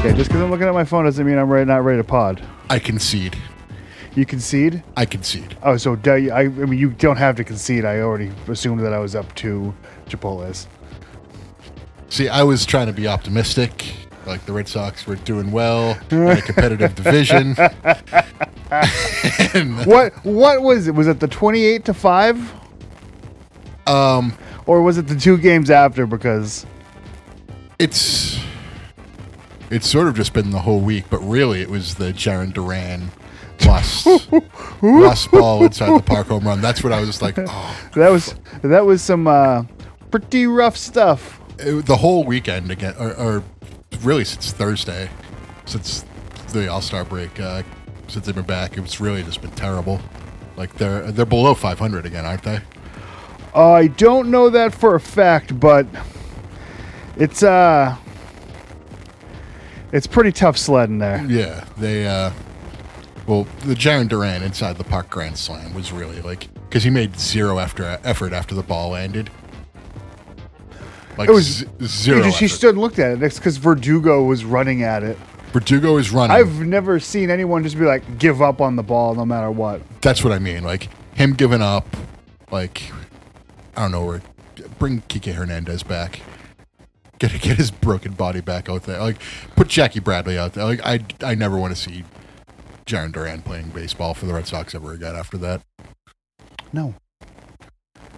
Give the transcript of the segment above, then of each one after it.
Okay, just because I'm looking at my phone doesn't mean I'm ready, not ready to pod. I concede. You concede? I concede. Oh, so d- I, I mean, you don't have to concede. I already assumed that I was up to Chipotle's. See, I was trying to be optimistic. Like the Red Sox were doing well in a competitive division. And, What what was it? Was it the 28 to 5 um, or was it the two games after because it's it's sort of just been the whole week, but really it was the Jaron Duran lost lost ball inside the park home run. That's what I was like. Oh, that was that was some uh, pretty rough stuff. it, the whole weekend again, or, or really since Thursday, since the All Star break, uh, since they've been back, it's really just been terrible. Like they're they're below 500 again, aren't they? Uh, I don't know that for a fact, but it's uh it's pretty tough sledding there. Yeah, they. uh Well, the Jaron Duran inside the park grand slam was really like because he made zero after effort after the ball landed. Like It was- z- He zero. just he effort. stood and looked at it. That's because Verdugo was running at it. Verdugo is running. I've never seen anyone just be like give up on the ball no matter what. That's what I mean. Like him giving up. Like I don't know. Or bring Kike Hernandez back. Get get his broken body back out there. Like put Jackie Bradley out there. Like I I never want to see Jaron Duran playing baseball for the Red Sox ever again after that. No,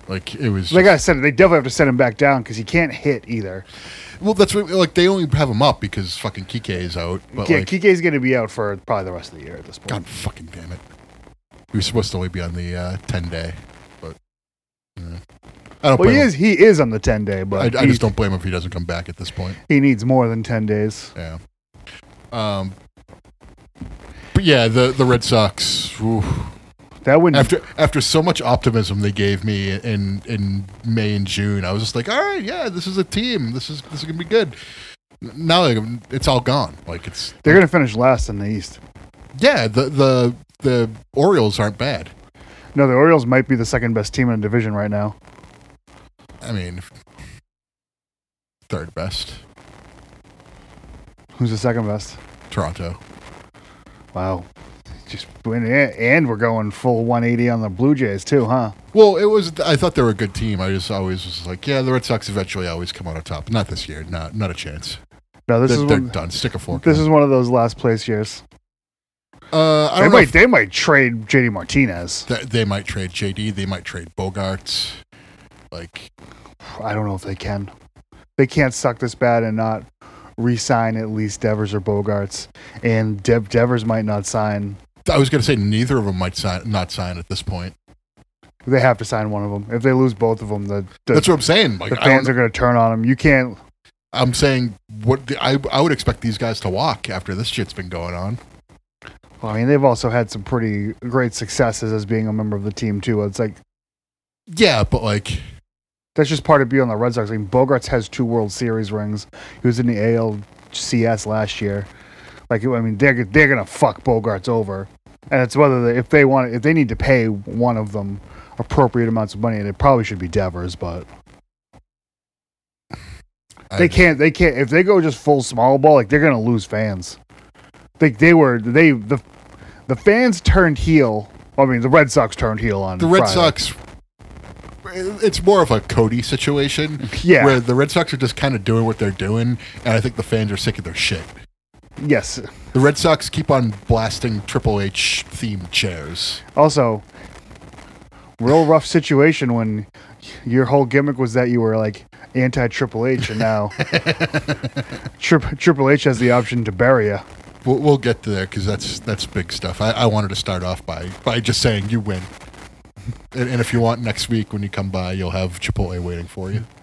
Like it was. like just- I said, they definitely have to send him back down because he can't hit either. Well, that's what, like they only have him up because fucking Kike is out. But yeah, like, Kike's going to be out for probably the rest of the year at this point. God fucking damn it, he was supposed to only be on the uh, ten day, but yeah. I well, don't. blame he him. is he is on the ten day, but I, I he, just don't blame him if he doesn't come back at this point. he needs more than ten days. Yeah. Um. But yeah, the the Red Sox. oof. That wouldn't After after so much optimism they gave me in in May and June, I was just like, all right, yeah, this is a team. This is this is gonna be good. Now like, it's all gone. Like it's they're going to finish last in the East. yeah, the the the Orioles aren't bad. No, the Orioles might be the second best team in the division right now. I mean, third best, Who's the second best? Toronto. Wow, just win and we're going full 180 on the Blue Jays too, huh? Well, it was. I thought they were a good team. I just always was like, yeah, the Red Sox eventually always come out on top. Not this year. Not not a chance. No, this they're is they're one, done. Stick a fork. this in is one of those last place years. it. Uh, I They don't know. might If they might trade JD Martinez. th- they might trade JD. They might trade Bogarts. Like, I don't know if they can. They can't suck this bad and not re-sign at least Devers or Bogarts, and Dev Devers might not sign. I was gonna say neither of them might sign. Not sign at this point. They have to sign one of them. If they lose both of them, the the, That's what I'm saying. Like, the I don't, fans are going to turn on them. You can't. I'm saying what the, I I would expect these guys to walk after this shit's been going on. I mean, they've also had some pretty great successes as being a member of the team too. It's like Yeah, but like. that's just part of being on the Red Sox. I mean, Bogarts has two World Series rings. He was in the ALCS last year. Like, I mean, they're they're gonna fuck Bogarts over, and it's whether they, if they want if they need to pay one of them appropriate amounts of money, and it probably should be Devers, but I they just- can't they can't if they go just full small ball, like they're gonna lose fans. Like they were they the the fans turned heel. I mean, the Red Sox turned heel on the Red Friday. Sox. eh, It's more of a Cody situation, Yeah. Where the Red Sox are just kind of doing what they're doing, and I think the fans are sick of their shit. Yes. The Red Sox keep on blasting Triple H themed chairs. Also, real rough situation when your whole gimmick was that you were like anti Triple H, and now Trip- Triple H has the option to bury you. We'll, we'll get to there because that's that's big stuff. I, I wanted to start off by by just saying you win, and, and if you want next week when you come by, you'll have Chipotle waiting for you.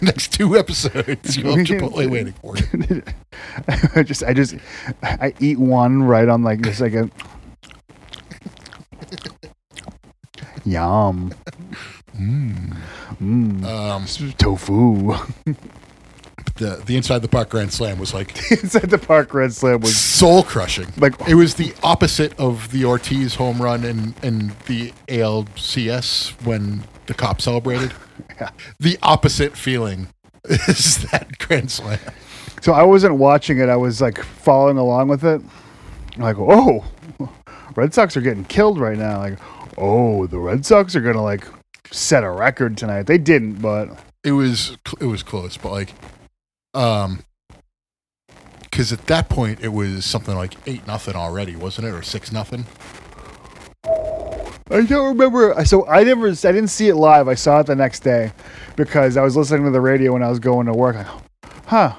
next two episodes, you'll have Chipotle waiting for you. I just, I just, I eat one right on like this, like a yum, mm. Um, tofu. the the inside the park grand slam was like Inside the park, Red Slam was soul crushing. like It was the opposite of the Ortiz home run and and the ALCS when the cop celebrated. The opposite feeling is that grand slam. So I wasn't watching it. I was like following along with it. Like, oh, Red Sox are getting killed right now. Like, oh, the Red Sox are gonna like set a record tonight. They didn't, but it was cl- it was close, but like, um, because at that point it was something like eight nothing already, wasn't it, or six nothing? I don't remember. So I never, I didn't see it live. I saw it the next day because I was listening to the radio when I was going to work. Like, huh?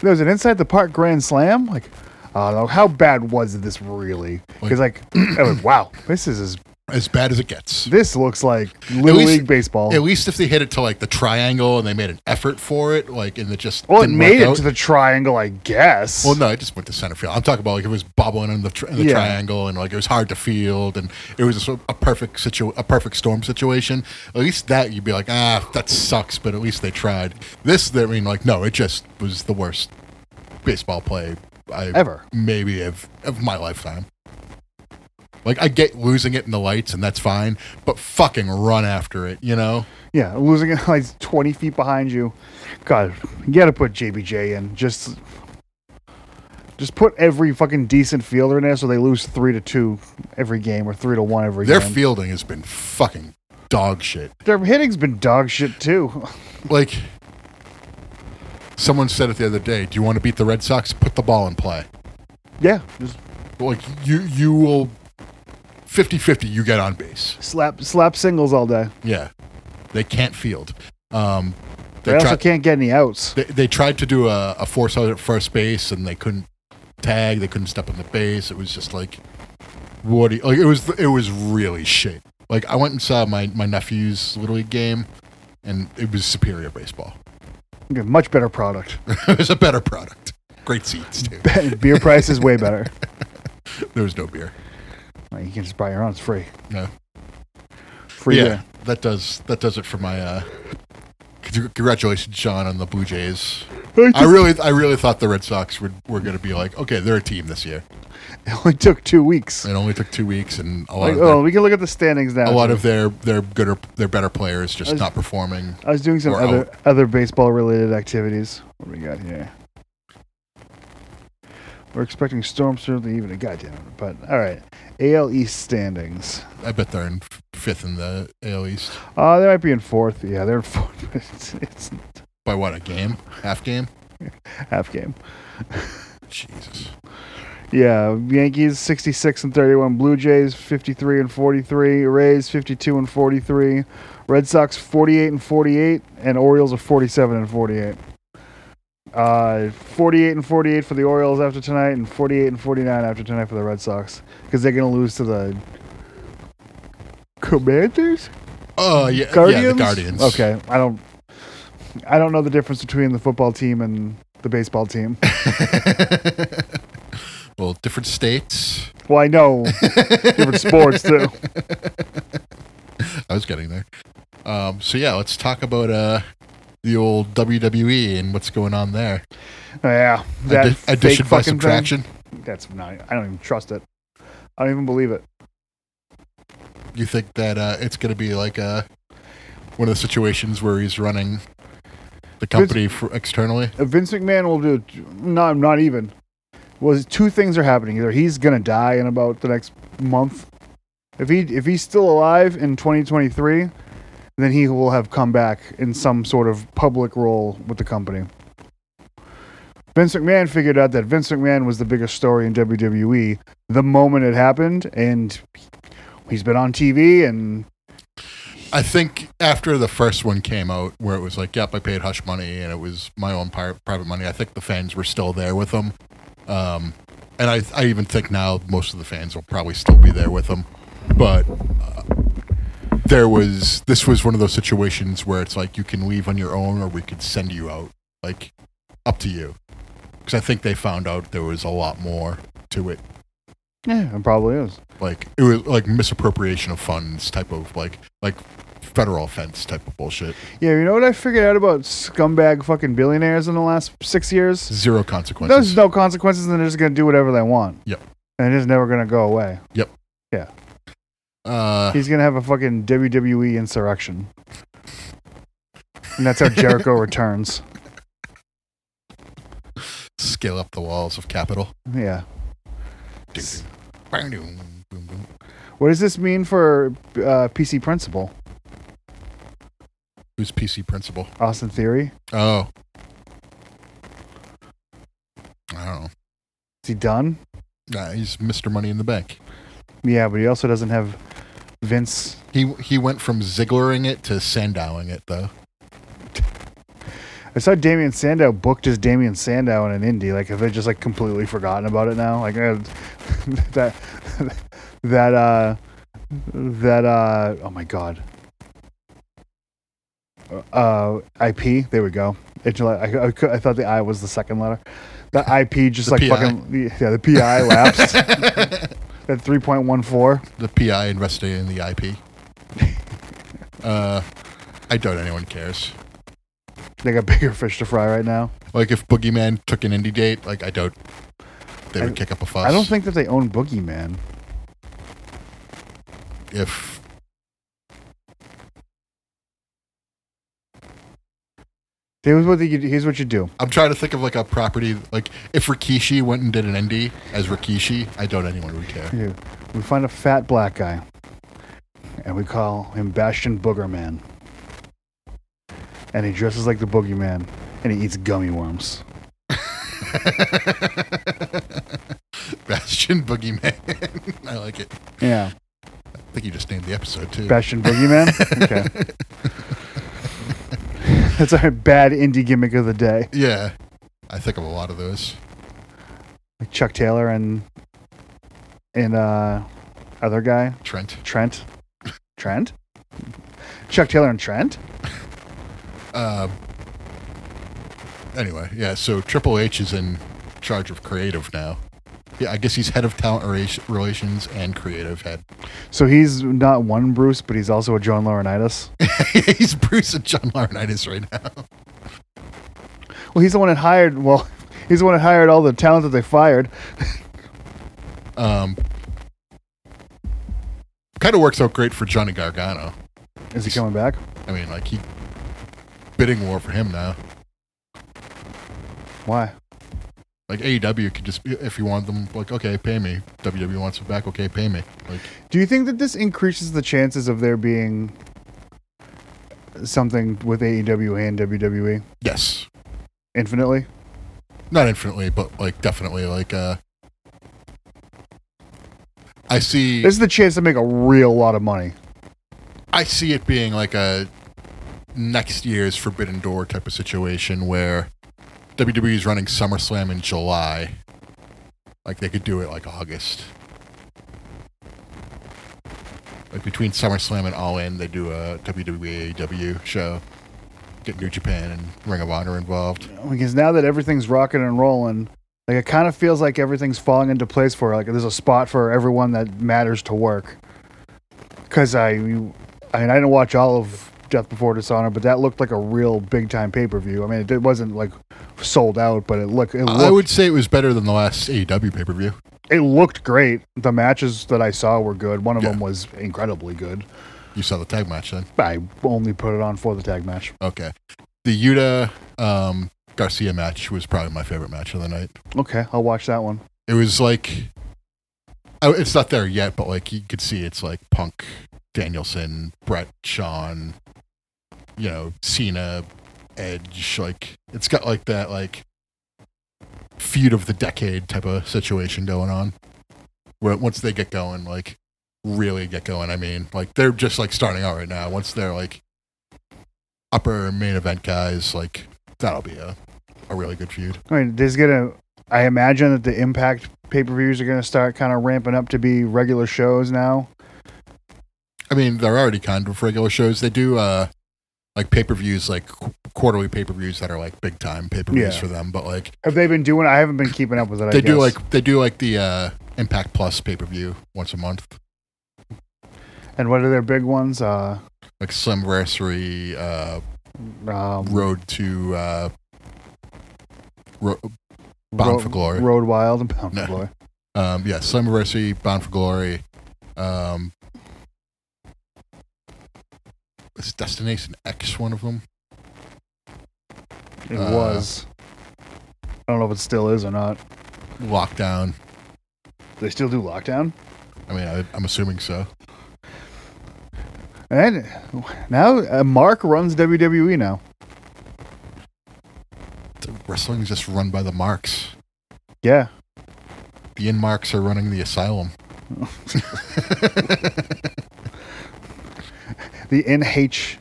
There was an inside the park grand slam. Like, I don't know how bad was this really? Because like, I was, wow, this is as As bad as it gets. this looks like little least- league baseball. At least if they hit it to like the triangle and they made an effort for it, like and it just well, it didn't made work it out. to the triangle, I guess. Well, no, it just went to center field. I'm talking about like it was bobbling in the, tri- in the Yeah. triangle, and like it was hard to field, and it was a, sort of a perfect situ- a perfect storm situation. At least that you'd be like, ah, that sucks, but at least they tried. This, I mean, like, no, it just was the worst baseball play I Ever. maybe of of my lifetime. Like, I get losing it in the lights, and that's fine, but fucking run after it, you know? Yeah, losing it like 20 feet behind you. God, you got to put JBJ in. Just just put every fucking decent fielder in there so they lose 3 to 2 every game or 3 to 1 every Their game. fielding has been fucking dog shit. Their hitting's been dog shit too. like someone said it the other day do you want to beat the red sox put the ball in play yeah, just like you you will 50-50 you get on base slap slap singles all day. yeah they can't field um They, they, also tried, can't get any outs. they, they tried to do a, a force out at first base and they couldn't tag they couldn't step on the base it was just like what do you, like it was it was really shit like i went and saw my my nephew's little league game and it was superior baseball Okay, Much better product. it was a better product great seats too Beer price is way better. there was no beer Like, You can just buy your own. It's free. No. Free. yeah, beer. that does that does it for my. uh c- Congratulations, Sean, on the Blue Jays. I really, I really thought the Red Sox were, were going to be like, okay, they're a team this year. It only took 2 weeks. It only took two weeks, and a lot, Like, of, oh, their, we can look at the standings now. a lot too. of their their good or their better players just was- not performing. I was doing some Or other other baseball related activities. What do we got here? We're expecting storms through the evening. God damn it. But all right. AL East standings. I bet they're in f- fifth in the AL East Uh, they might be in fourth. Yeah, they're in fourth. it's, it's by what a game, half game. half game. Jesus, Yeah, Yankees 66 and 31, Blue Jays 53 and 43, Rays 52 and 43, Red Sox 48 and 48, and Orioles are 47 and 48. Uh, 48 and 48 for the Orioles after tonight, and 48 and 49 after tonight for the Red Sox because they're gonna lose to the Commanders, oh yeah, Guardians. yeah, the Guardians. Okay, I don't, I don't know the difference between the football team and the baseball team. well, different states. well, I know different sports too. I was getting there. Um, so yeah, let's talk about uh, the old WWE and what's going on there. Yeah, that Addi- fake addition by fucking thing. subtraction. That's not. I don't even trust it. I don't even believe it. You think that uh, it's going to be like uh, one of the situations where he's running the company for externally? If Vince McMahon will do. No, not even. Was two things are happening. Either he's gonna die in about the next month. If he if he's still alive in 2023, then he will have come back in some sort of public role with the company. Vince McMahon figured out that Vince McMahon was the biggest story in WWE the moment it happened, and he's been on TV and I think after the first one came out, where it was like, "Yep, I paid hush money, and it was my own pri- private money," I think the fans were still there with him. Um, and I, I even think now most of the fans will probably still be there with him. But uh, there was this was one of those situations where it's like you can leave on your own, or we could send you out. Like, up to you. Because I think they found out there was a lot more to it Yeah, it probably is. like it was like misappropriation of funds type of like like federal offense type of bullshit Yeah, you know what I figured out about scumbag fucking billionaires in the last six years? zero consequences There's no consequences, and they're just gonna do whatever they want. Yep. And it's never gonna go away. uh He's gonna have a fucking WWE insurrection, and that's how Jericho returns. scale up the walls of Capitol. Yeah. Boom, boom, boom, boom. What does this mean for uh, PC Principal? Who's PC principal? Austin Theory? Oh, I don't know. Is he done? Nah, he's Mr. Money in the Bank. Yeah, but he also doesn't have Vince. He he went from Zigglerig it to Sandowing it though. I saw Damian Sandow booked as Damian Sandow in an indie. Like, have they just like completely forgotten about it now? Like eh, that that uh that uh oh my god. Uh, IP. There we go. It, I, I, cou- I thought the I was the second letter. That IP just The like PI. fucking yeah. The PI lapsed at three point one four. The PI investigating the IP. uh, I doubt anyone cares. They got bigger fish to fry right now. Like if Boogeyman took an indie date, like I doubt they would kick up a fuss. I don't think that they own Boogeyman. if Here's what you, here's what you do. I'm trying to think of like a property like if Rikishi went and did an indie as Rikishi, I doubt anyone would care. You- We find a fat black guy, and we call him Bastion Boogerman. And he dresses like the Boogeyman, and he eats gummy worms. Bastion Boogeyman. I like it. Yeah, I think you just named the episode too. Bastion Boogeyman. Okay, that's our bad indie gimmick of the day. yeah. I think of a lot of those. Like Chuck Taylor and and uh, other guy Trent. Trent, Trent, Chuck Taylor and Trent. Um, anyway, yeah, so Triple H is in charge of creative now. Yeah, I guess he's head of talent rela- relations and creative head. So he's not one Bruce, but he's also a John Laurinaitis. he's Bruce and John Laurinaitis right now. Well, he's the one that hired. Well, he's the one that hired all the talent that they fired. Um, kind of works out great for Johnny Gargano. Is he coming back? I mean, like he bidding war for him now. Why? Like AEW could just if you want them, like okay, pay me. WWE wants it back, okay, pay me. Like Do you think that this increases the chances of there being something with AEW and WWE yes, infinitely? not infinitely, but like definitely. Like uh, I see. This is the chance to make a real lot of money. I see it being like a next year's Forbidden Door type of situation where WWE is running SummerSlam in July. Like they could do it like August. Like between SummerSlam and All In, they do a WWAW show. Get New Japan and Ring of Honor involved. Because now that everything's rocking and rolling, like it kind of feels like everything's falling into place for her. like there's a spot for everyone that matters to work. Because I, I mean, I didn't watch all of Death Before Dishonor, but that looked like a real big time pay per view. I mean, it, did- wasn't like sold out, but it looked it looked, I would say it was better than the last E AEW pay per view. it looked great. The matches that I saw were good. One of Yeah. them was incredibly good. You saw the tag match then. I only put it on for the tag match. Okay. The Yuta um, Garcia match was probably my favorite match of the night. Okay, I'll watch that one. it was like I, it's not there yet but like you could see it's like punk danielson brett sean you know cena edge like it's got like that like feud of the decade type of situation going on where once they get going like really get going i mean like they're just like starting out right now once they're like upper main event guys like that'll be a, a really good feud I mean, there's gonna. I imagine that the Impact pay per views are gonna start kind of ramping up to be regular shows now. I mean, they're already kind of regular shows. They do uh like pay per views, like qu- quarterly pay per views that are like big time pay per views Yeah. for them. But like Have they been doing? I haven't been keeping up with it. I they do guess. like they do like the uh Impact Plus pay per view once a month, And what are their big ones? Uh, like Slamversary, uh, um, Road to uh, Ro- Bound Road, for Glory. Road Wild, and Bound No. for Glory. um, yeah, Slamversary, Bound for Glory. Um, is Destination X one of them? It Uh, was. I don't know if it still is or not. Lockdown. They still do lockdown. I mean, I, I'm assuming so. And then, now uh, Mark runs WWE now. The wrestling is just run by the marks. Yeah. The in marks are running the asylum. The NH.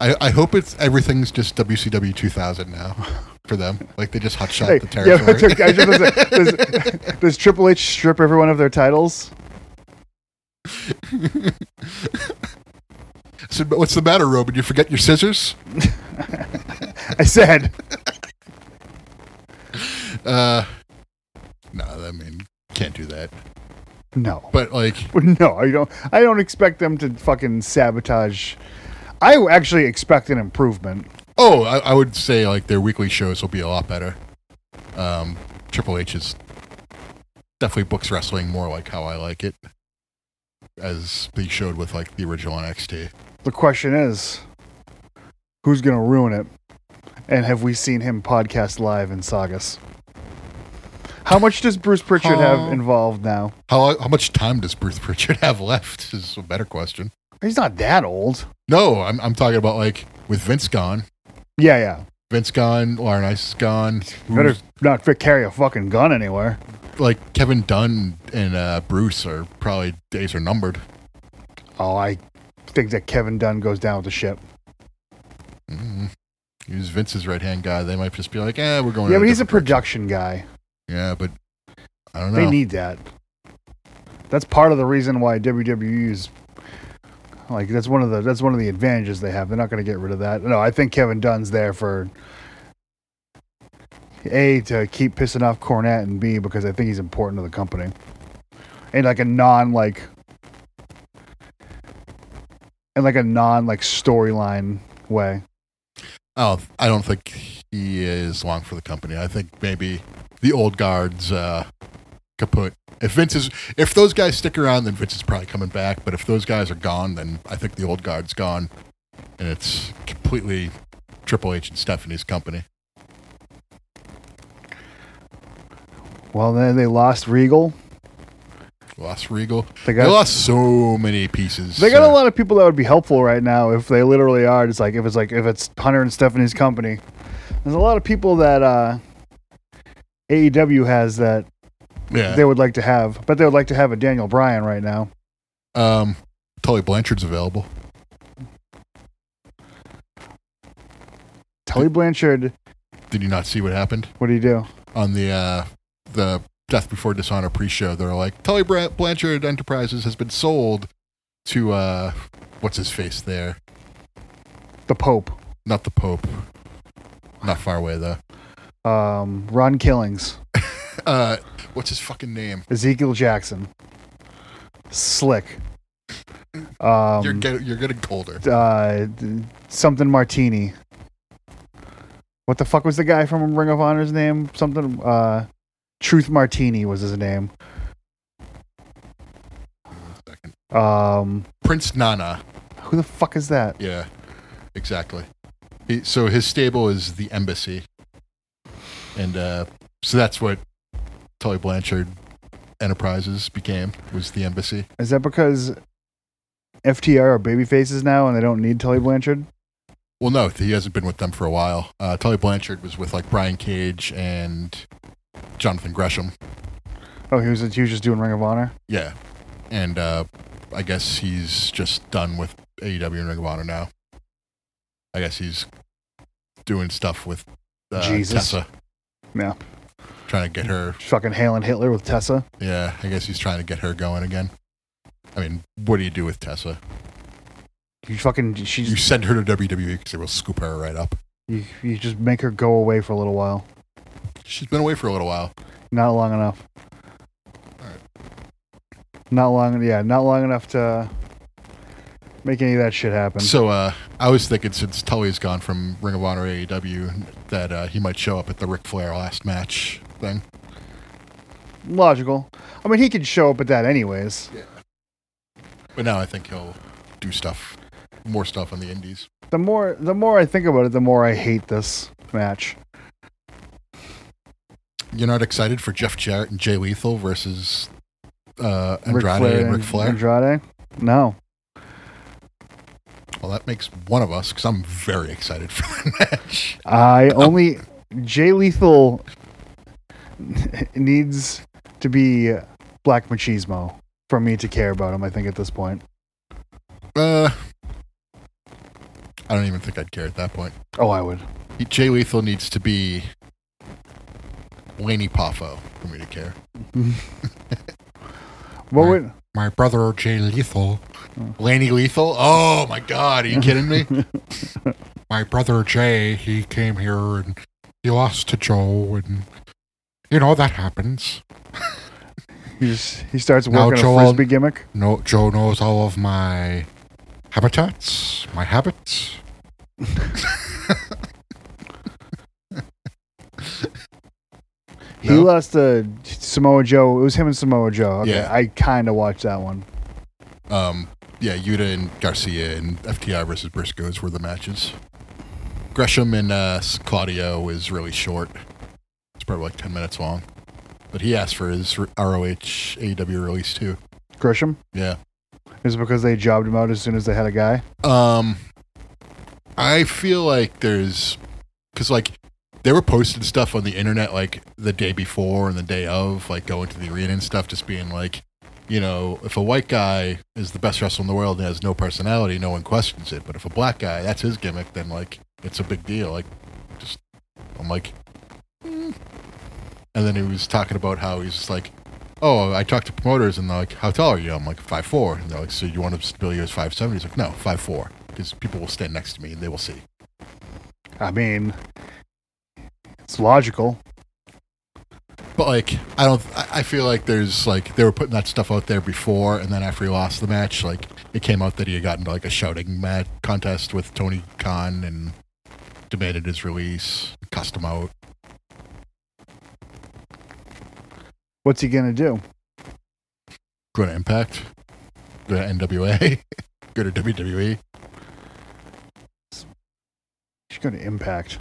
I, I hope it's everything's just WCW 2000 now for them. Like they just hotshot Hey, the yeah, that's territory. okay. I was gonna say, does, does Triple H strip everyone of their titles? So, but what's the matter, Robin? You forget your scissors? I said. Uh, no, I mean, can't do that. No. But like, No, I don't. I don't expect them to fucking sabotage. I actually expect an improvement. oh, I, I would say like their weekly shows will be a lot better. Um, Triple H is definitely books wrestling more like how I like it, as they showed with like the original NXT. The question is, who's gonna ruin it? And have we seen him podcast live in Sagas? How much does Bruce Pritchard Oh. have involved now? How how much time does Bruce Pritchard have left? Is a better question. He's not that old. No, I'm I'm talking about like with Vince gone, Yeah, yeah. Vince gone, Lauren Ice is gone. who's- Better not fi- carry a fucking gun anywhere. like Kevin Dunn and uh, Bruce are probably days are numbered. Oh, I think that Kevin Dunn goes down with the ship. Mm. He was Vince's right hand guy. They might just be like, "Eh, we're going." Yeah, in but he's a different production guy. direction." yeah, but I don't They know. need that. That's part of the reason why WWE is like that's one of the that's one of the advantages they have. They're not going to get rid of that. No, I think Kevin Dunn's there for a to keep pissing off Cornette and B because I think he's important to the company. And like a non like and like a non like storyline way. oh, I don't think he is long for the company. I think maybe the old guards uh, kaput. If Vince is, if those guys stick around, then Vince is probably coming back. But if those guys are gone, then I think the old guard's gone, and it's completely Triple H and Stephanie's company. Well, then they lost Regal. Lost Regal. They They got lost so many pieces. They got uh, a lot of people that would be helpful right now if they literally are. It's like if it's like if it's Hunter and Stephanie's company. There's a lot of people that uh, AEW has that Yeah. they would like to have, but they would like to have a Daniel Bryan right now. Um, Tully Blanchard's available. Tully Blanchard, Did you not see what happened what do you do? on the uh, the Death Before Dishonor pre-show? They're like Tully Bra- Blanchard Enterprises has been sold to uh, what's his face there? The Pope, Not the Pope. Not far away though. um, Ron Killings, Uh, what's his fucking name? Ezekiel Jackson, Slick, um, you're get, you're getting colder. uh, th- something Martini. What the fuck was the guy from Ring of Honor's name? Something uh, Truth Martini was his name. Second. Um, Prince Nana. who the fuck is that? Yeah, exactly. He, so his stable is the embassy, and uh, so that's what Tully Blanchard Enterprises became was the embassy. Is that because FTR are baby faces now and they don't need Tully Blanchard? Well, no, he hasn't been with them for a while. Uh, Tully Blanchard was with like Brian Cage and Jonathan Gresham. Oh, he was he was just doing Ring of Honor. Yeah, and uh, I guess he's just done with AEW and Ring of Honor now. I guess he's doing stuff with uh, Jesus. Tessa. Yeah. Trying to get her Fucking hailing Hitler with Tessa. Yeah, I guess he's trying to get her going again. I mean, what do you do with Tessa? You fucking You she's send her to WWE because they will scoop her right up. you, you just make her go away for a little while. She's been away for a little while. Not long enough. Alright. Not long. Yeah, not long enough to make any of that shit happen. So uh, I was thinking since Tully's gone from Ring of Honor AEW that uh, he might show up at the Ric Flair last match thing. Logical. I mean, he could show up at that anyways. But now I think he'll do stuff, more stuff on the indies. The more the more I think about it, the more I hate this match. You're not excited for Jeff Jarrett and Jay Lethal versus uh, Andrade and Ric Flair? Andrade? No. Well, that makes one of us because I'm very excited for that match. I only Jay Lethal needs to be Black Machismo for me to care about him. I think at this point. Uh, I don't even think I'd care at that point. Oh, I would. Jay Lethal needs to be Laney Poffo for me to care. What Right. would? My brother Jay Lethal. Laney Lethal? Oh my god, are you kidding me? my brother Jay, he came here and he lost to Joe and you know that happens. He just he starts Now working Joel- a frisbee gimmick. No Joe knows all of my habitats, my habits. He No? lost to Samoa Joe. It was him and Samoa Joe. Okay, Yeah. I kind of watched that one. Um, yeah, Yuta and Garcia and FTR versus Briscoes were the matches. Gresham and uh, Claudio is really short. It's probably like 10 minutes long. But he asked for his R- ROH AEW E release too. Grisham Yeah. is it because they jobbed him out as soon as they had a guy. Um, I feel like there's. Because, like, they were posting stuff on the internet, like, the day before and the day of, like, going to the arena and stuff, just being like, you know, if a white guy is the best wrestler in the world and has no personality, no one questions it. But if a black guy, that's his gimmick, then like it's a big deal. Like, just I'm like, mm. and then he was talking about how he's just like, oh, I talked to promoters and they're like, how tall are you? I'm like five four, and they're like, so you want to bill you as five seven? He's like, no, five four, because people will stand next to me and they will see. I mean, it's logical. But like, I don't. I I feel like there's like they were putting that stuff out there before, and then after he lost the match, like it came out that he had gotten like a shouting mat contest with Tony Khan and demanded his release, cussed him out. What's he gonna do? Go to Impact, go to NWA, go to E. WWE. He's gonna impact.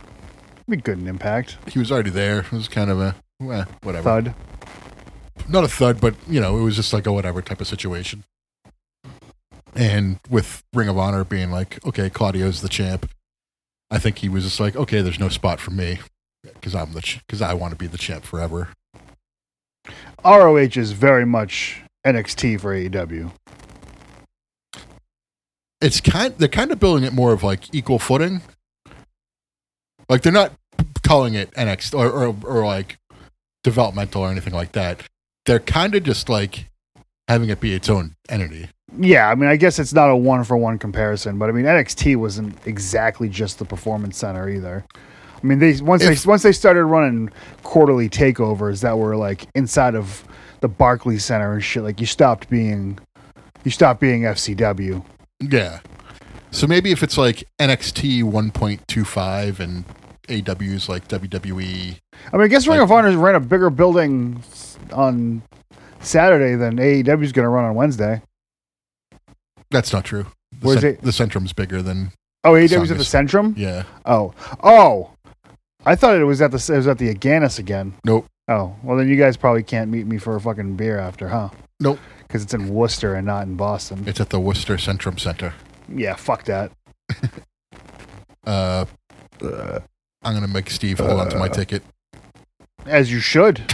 Be good in impact. He was already there. It was kind of a eh, whatever, Thud. not a thud, but you know, it was just like a whatever type of situation. And with Ring of Honor being like, okay, Claudio's the champ, I think he was just like, okay, there's no spot for me because I'm the because I want to be the champ forever. ROH is very much NXT for E AEW. It's kind they're kind of building it more of like equal footing. Like they're not calling it NXT or or, or like developmental or anything like that. They're kind of just like having it be its own entity. Yeah, I mean, I guess it's not a one for one comparison, but I mean, NXT wasn't exactly just the Performance Center either. I mean, they once If- they once they started running quarterly takeovers that were like inside of the Barclays Center and shit, like you stopped being you stopped being FCW. Yeah. So maybe if it's like NXT 1.25 and AW is like E, WWE. I mean, I guess Ring Like- of Honor ran a bigger building s- on Saturday than AEW is going to run on Wednesday. That's not true. The, Where's cen- it? the Centrum's bigger than Oh, AEW's at the Songa's- Centrum. yeah. Oh, oh, I thought it was at the it was at the Aganis again. Nope. Oh, well then you guys probably can't meet me for a fucking beer after, huh? Nope. Because it's in Worcester and not in Boston. It's at the Worcester Centrum Center. yeah, fuck that. Uh, I'm gonna make Steve hold on to Uh. my ticket. As you should.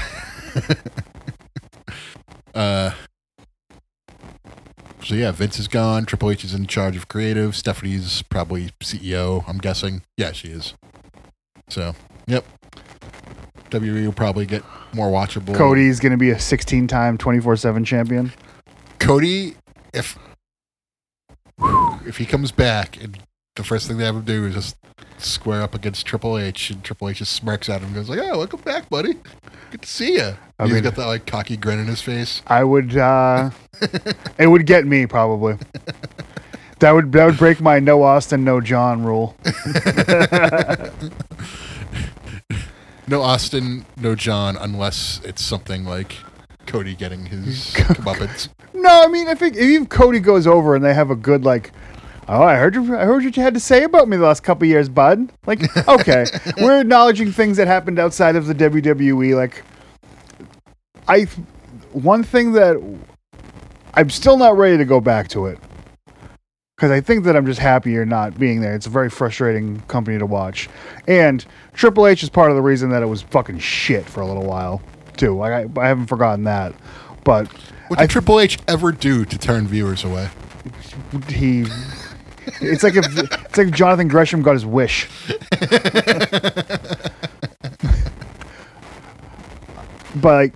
Uh, so yeah, Vince is gone. Triple H is in charge of creative. Stephanie's probably CEO. I'm guessing. Yeah, she is. So, yep. WWE will probably get more watchable. Cody's gonna be a 16-time 24/7 champion. Cody, if if he comes back and the first thing they have him do is just square up against Triple H, and Triple H just smirks at him and goes like, "Oh, welcome back, buddy. Good to see you." I He's mean- got that like cocky grin on his face. I would. uh It would get me probably. That would that would break my no Austin, no John rule. No Austin, no John, unless it's something like Cody getting his comeuppance. No, I mean I think if Cody goes over and they have a good like Oh, I heard you. I heard what you had to say about me the last couple years, bud. Like, okay, we're acknowledging things that happened outside of the WWE. Like, I one thing that I'm still not ready to go back to it because I think that I'm just happier not being there. It's a very frustrating company to watch, and Triple H is part of the reason that it was fucking shit for a little while too. Like, I, I haven't forgotten that, but What did Triple H ever do to turn viewers away? he. It's like if it's like if Jonathan Gresham got his wish. but like,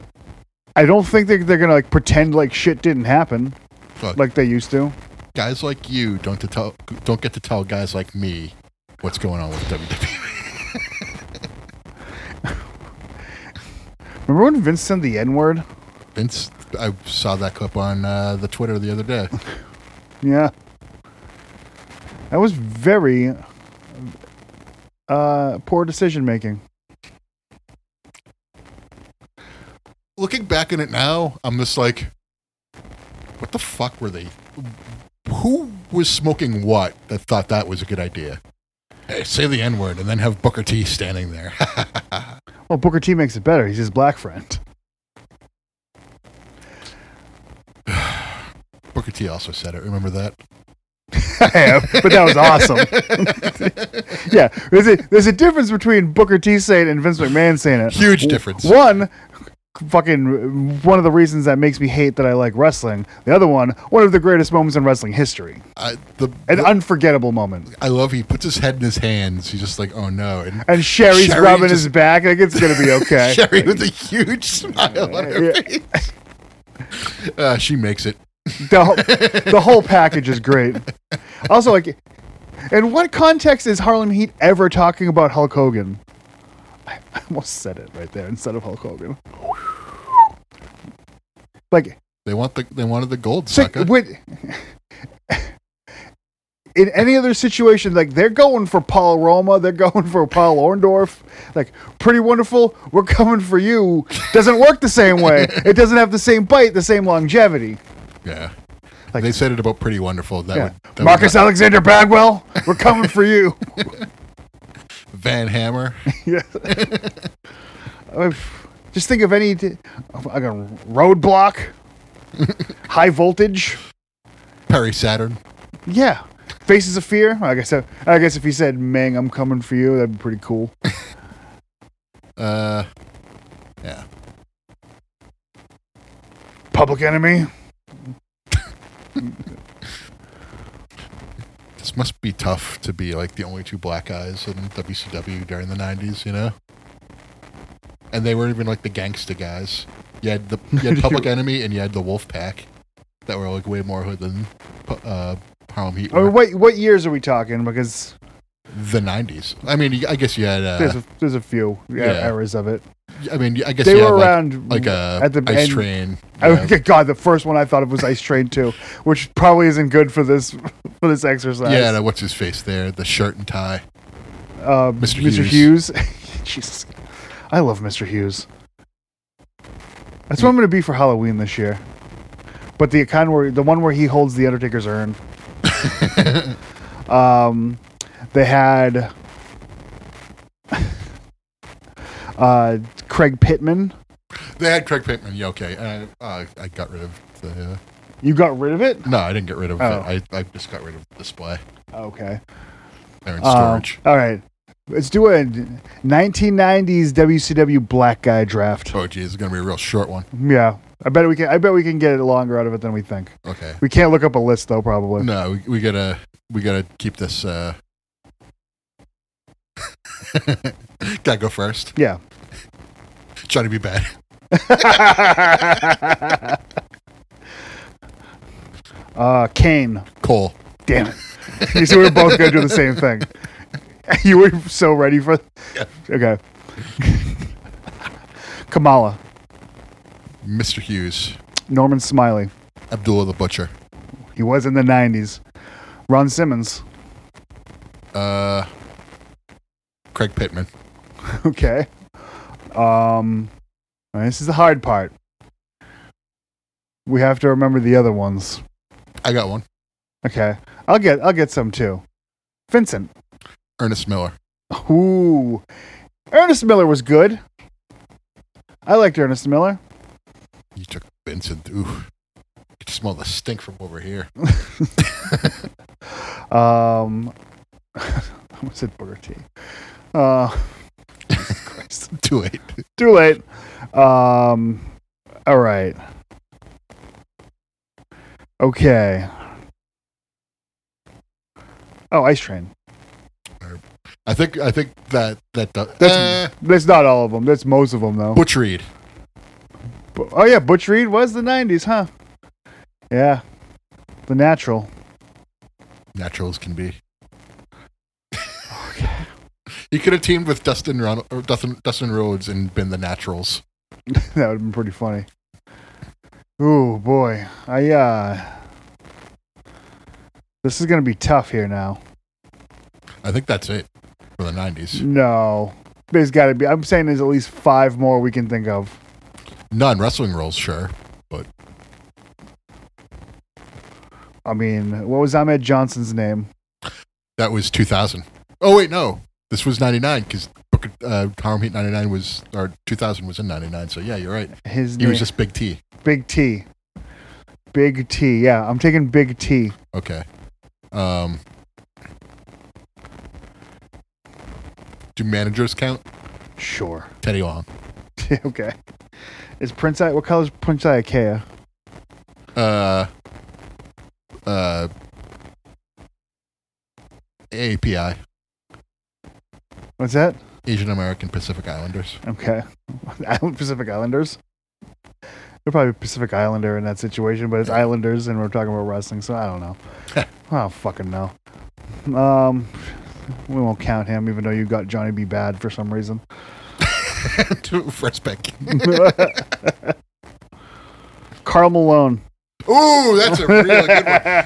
I don't think they're, they're gonna like pretend like shit didn't happen Fuck. like they used to. guys like you don't to tell don't get to tell guys like me what's going on with E. WWE. Remember when Vince said the N word? Vince, I saw that clip on uh, the Twitter the other day. Yeah, that was very uh, poor decision making. Looking back on it now, I'm just like, what the fuck were they? Who was smoking what that thought that was a good idea? Hey, say the N word and then have Booker T standing there. Well, Booker T makes it better. He's his black friend. Booker T also said it. Remember that? have, but that was awesome. yeah, there's a, there's a difference between Booker T saying it and Vince McMahon saying it. Huge W- difference. One, fucking one of the reasons that makes me hate that I like wrestling. The other one, one of the greatest moments in wrestling history, I, the, an unforgettable moment. I love he puts his head in his hands. He's just like, oh no. And And Sherry's Sherry rubbing just- his back like it's gonna be okay. Sherry with a huge smile on her Yeah. face. Uh, she makes it. the, whole, the whole package is great. Also, like, in what context is Harlem Heat ever talking about Hulk Hogan? I I almost said it right there instead of Hulk Hogan. Like, They want the they wanted the gold so sucker. would- in any other situation, like they're going for Paul Roma, they're going for Paul Orndorff. Like, pretty wonderful. We're coming for you. Doesn't work the same way. It doesn't have the same bite, the same longevity. yeah. Like- they said it about Pretty Wonderful. That Yeah. would that would Marcus not- Alexander Bagwell, we're coming for you. Van Hammer. yeah. I've- Just think of any t- like a roadblock, high voltage. Perry Saturn. Yeah. Faces of fear. I guess I, I guess if he said Meng, I'm coming for you, that'd be pretty cool. Uh yeah. Public enemy. This must be tough to be like the only two black guys in WCW during the nineties, you know? And they weren't even like the gangsta guys. You had the you had Public Enemy and you had the Wolf Pack that were like way more hood than uh Harlem Heat. Or were. what what years are we talking? Because the nineties. I mean, I guess you had. there's Uh, a, there's a few e- yeah. eras of it. I mean, I guess They you were had like, around like a at the ice end- train. Oh yeah. God, the first one I thought of was Ice Train Two, which probably isn't good for this for this exercise. Yeah, and, uh, what's his face there? The shirt and tie. uh, Mr. Mr. Hughes. Jesus, I love Mr. Hughes. That's what I'm going to be for Halloween this year. But the kind where the one where he holds the Undertaker's urn. um, they had uh, Craig Pittman. They had Craig Pittman. Yeah, okay. And I, uh, I got rid of the. You got rid of it? No, I didn't get rid of Oh. it. I, I just got rid of the display. Okay. They're in Um, storage. all right. Let's do a 1990s WCW black guy draft. oh, geez, it's gonna be a real short one. Yeah, I bet we can. I bet we can get it longer out of it than we think. Okay. We can't look up a list though, probably. No, we, we gotta we gotta keep this. uh Gotta go first. Yeah. Johnny B. Bad. uh, Kane. Cole. Damn it. You see, we were both gonna do the same thing. You were so ready for. Okay. Kamala, Mr. Hughes. Norman Smiley. Abdullah the Butcher. He was in the '90s. Ron Simmons. Uh, Craig Pittman. Okay. Um, and this is the hard part. We have to remember the other ones. I got one. Okay, I'll get I'll get some too. Vincent. Ernest Miller. Ooh, Ernest Miller was good. I liked Ernest Miller. You took Vincent. Ooh, you can smell the stink from over here. Um, I almost said Booker T. Uh, Do it. too late. Um, all right. Okay. Oh, Ice Train. I think. I think that that uh, does. That's- Eh. That's not all of them. That's most of them, though. Butch Reed. Bu- oh yeah, Butch Reed was the '90s, huh? Yeah, The Natural. Natural as can be. He could have teamed with Dustin Ron- or Dustin Dustin Rhodes and been the Naturals. that would have been pretty funny. Ooh boy, I uh, this is gonna be tough here now. I think that's it for the '90s. No, there's got to be. I'm saying there's at least five more we can think of. Non wrestling roles, sure. I mean, what was Ahmed Johnson's name? That was 2000. Oh wait, no, this was '99 because Booker uh, Harlem Heat '99 was or 2000 was in '99. So yeah, you're right. His He name was just Big T. Big T. Big T. Yeah, I'm taking Big T. Okay. Um, do managers count? Sure. Teddy Long. okay. Is Prince I? What color is Prince Ikea? Uh, uh, AAPI, What's that? Asian American Pacific Islanders. Okay. Island Pacific Islanders. They're probably Pacific Islander in that situation, but it's Islanders and we're talking about wrestling, so I don't know. I don't fucking know. Um we won't count him even though you got Johnny B. Bad for some reason. First pick. Carl Malone. Ooh, that's a real good one.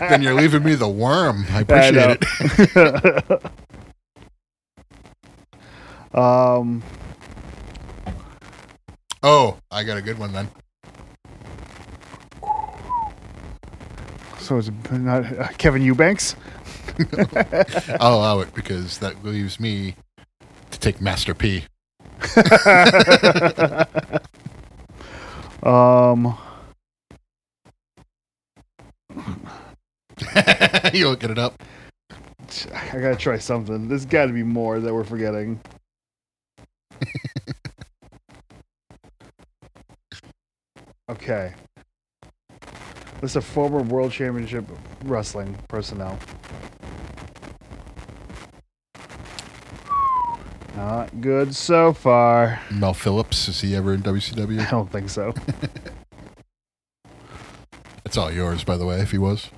Then you're leaving me the worm. I appreciate know. it. um Oh, I got a good one then. so it's not uh, Kevin Eubanks? I'll allow it because that leaves me to take Master P. Um you looking it up? I gotta try something. There's gotta be more that we're forgetting. okay. This is a former world championship wrestling personnel. Not good so far. Mel Phillips, is he ever in I WCW? don't think so. That's all yours, by the way, if he was.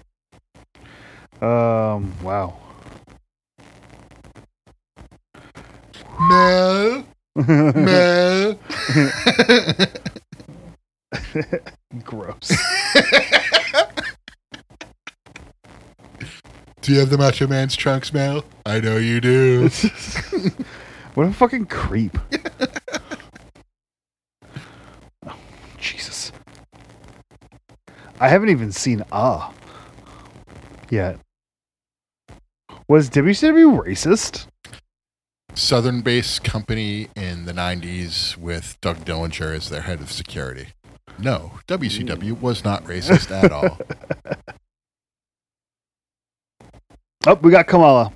Um, wow. Mel, Mel. Gross. Do you have the Macho Man's trunks, Mel? I know you do. What a fucking creep. Oh, Jesus. I haven't even seen Ah yet. Was WCW racist? Southern based company in the 90s with Doug Dillinger as their head of security. No, WCW was not racist at all. Oh, we got Kamala.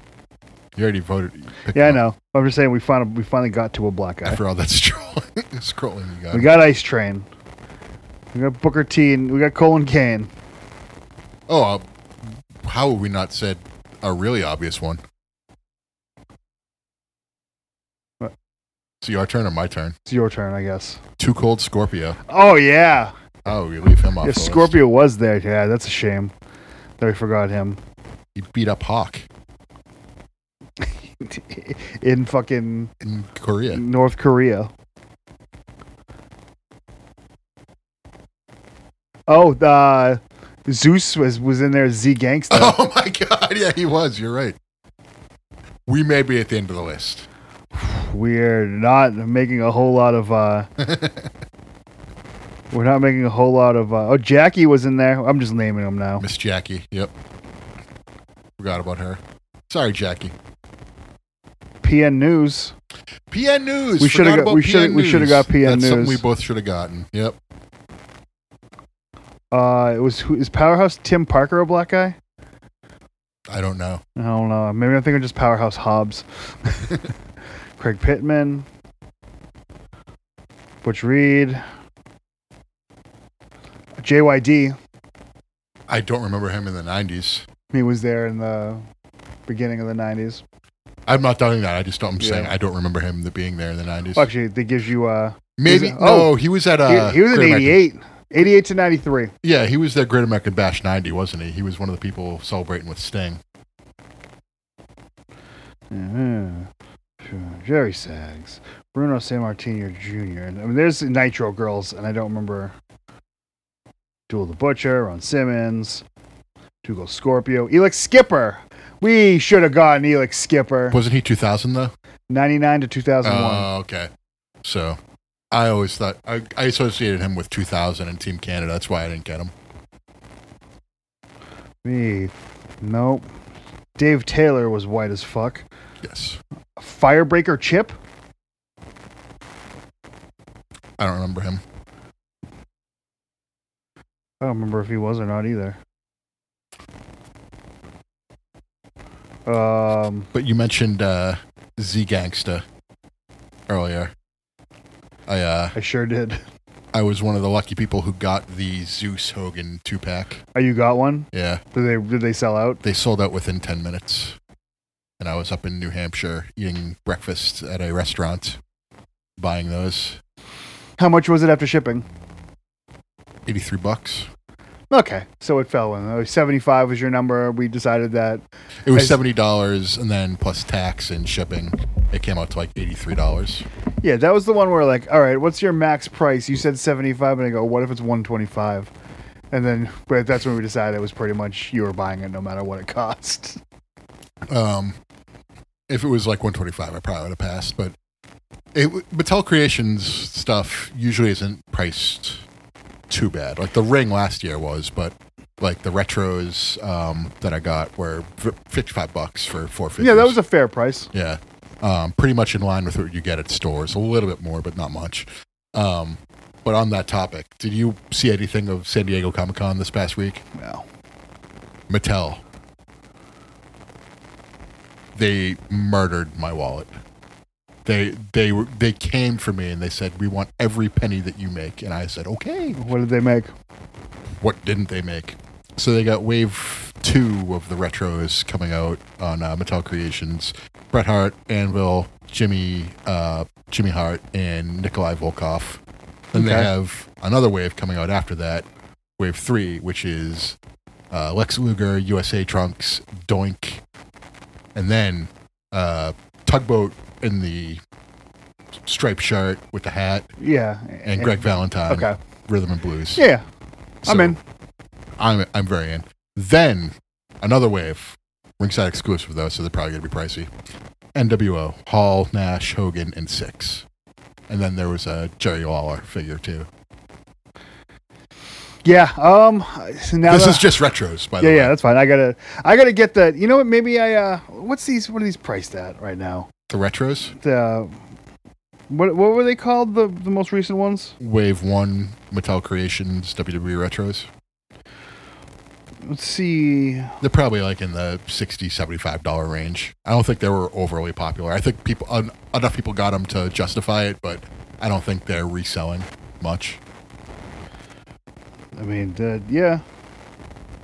You already voted. you picked Yeah, I him up. know. I'm just saying we finally we finally got to a black guy. After all that scrolling, scrolling you got. We got Ice Train. We got Booker T and we got Colin Kane. oh, uh, how have we not said a really obvious one? What? It's your turn or my turn? It's your turn, I guess. Too cold Scorpio. Oh yeah. Oh, you leave him off. If the list. Scorpio was there, yeah, that's a shame. That we forgot him. He beat up Hawk In fucking in Korea. North Korea. Oh, uh, Zeus was, was in there. Z Gangsta. Oh my god, yeah, he was. You're right. We may be at the end of the list. We're not making a whole lot of. Uh, we're not making a whole lot of. Uh, oh, Jackie was in there. I'm just naming them now. Miss Jackie. Yep. Forgot about her. Sorry, Jackie. PN News. PN News. We shoulda Forgot got- about we shoulda- PN we shoulda got PN That's something we News. both should have gotten. Yep. Uh, it was who is Powerhouse Tim Parker a black guy? I don't know. I don't know. Maybe I'm thinking just Powerhouse Hobbs. Craig Pittman. Butch Reed. JYD. I don't remember him in the '90s. He was there in the beginning of the 90s. I'm not doubting that. I just don't. I'm Yeah. saying I don't remember him being there in the '90s. Well, actually, that gives you. Uh, Maybe. he's a- oh, oh. he was at. he- Uh, he, was in Great American- 88. 88 to 93. Yeah, he was at Great American Bash '90, wasn't he? He was one of the people celebrating with Sting. Mhm. Sure. Jerry Sags. Bruno San Martino Jr. And, I mean, there's Nitro Girls, and I don't remember. Duel the Butcher, Ron Simmons, Dougal Scorpio, Elix Skipper. We should have gotten Elix Skipper. Wasn't he 2000 though? 99 to 2001. Oh, okay. So, I always thought I, I associated him with 2000 and Team Canada. That's why I didn't get him. Me. Nope. Dave Taylor was white as fuck. Yes, Firebreaker Chip? I don't remember him. I don't remember if he was or not either. Um, But you mentioned uh, Z Gangsta earlier. I uh, I sure did. I was one of the lucky people who got the Zeus Hogan two pack. Oh, you got one? Yeah. Did they did they sell out? they sold out within 10 minutes. And I was up in New Hampshire eating breakfast at a restaurant, buying those. How much was it after shipping? 83 bucks. Okay, so it fell in. Uh, Seventy-five was your number. We decided that. It was As- $70 and then plus tax and shipping. It came out to like $83. Yeah, that was the one where like, all right, what's your max price? You said seventy-five, and I go, what if it's one twenty-five? And then, but that's when we decided it was pretty much you were buying it no matter what it cost. Um, if it was like 125 I probably would have passed, but it, w- Mattel Creations stuff usually isn't priced too bad. Like the ring last year was, but like the retros um, that I got were f- 55 bucks for 450. Yeah, that was a fair price. Yeah. Um, pretty much in line with what you get at stores. A little bit more, but not much. Um, but on that topic, did you see anything of San Diego Comic Con this past week? Well, Mattel. They murdered my wallet. They they were they came for me and they said we want every penny that you make and I said okay. what did they make? What didn't they make? So they got wave two of the retros coming out on uh, Mattel Creations. Bret Hart, Anvil, Jimmy, uh, Jimmy Hart, and Nikolai Volkoff. Then they Okay. have another wave coming out after that, wave three, which is uh, Lex Luger, USA Trunks, Doink, and then uh, Tugboat in the striped shirt with the hat, Yeah, and Greg Valentine, Okay, Rhythm and Blues. yeah, I'm So, in. I'm I'm very in. Then another wave, ringside exclusive though, so they're probably gonna be pricey. NWO, Hall, Nash, Hogan, and Six. And then there was a Jerry Lawler figure too. Yeah. Um. So now this that- is just retros, by the yeah, way. yeah, that's fine. I gotta, I gotta get the. You know what? Maybe I. uh What's these? What are these priced at right now? The retros, The. uh, What What were they called? The the most recent ones. Wave One, Mattel Creations, WWE retros. Let's see. They're probably like in the 60 75 dollar range. I don't think they were overly popular. I think people en- enough people got them to justify it, but I don't think they're reselling much. I mean, the, yeah.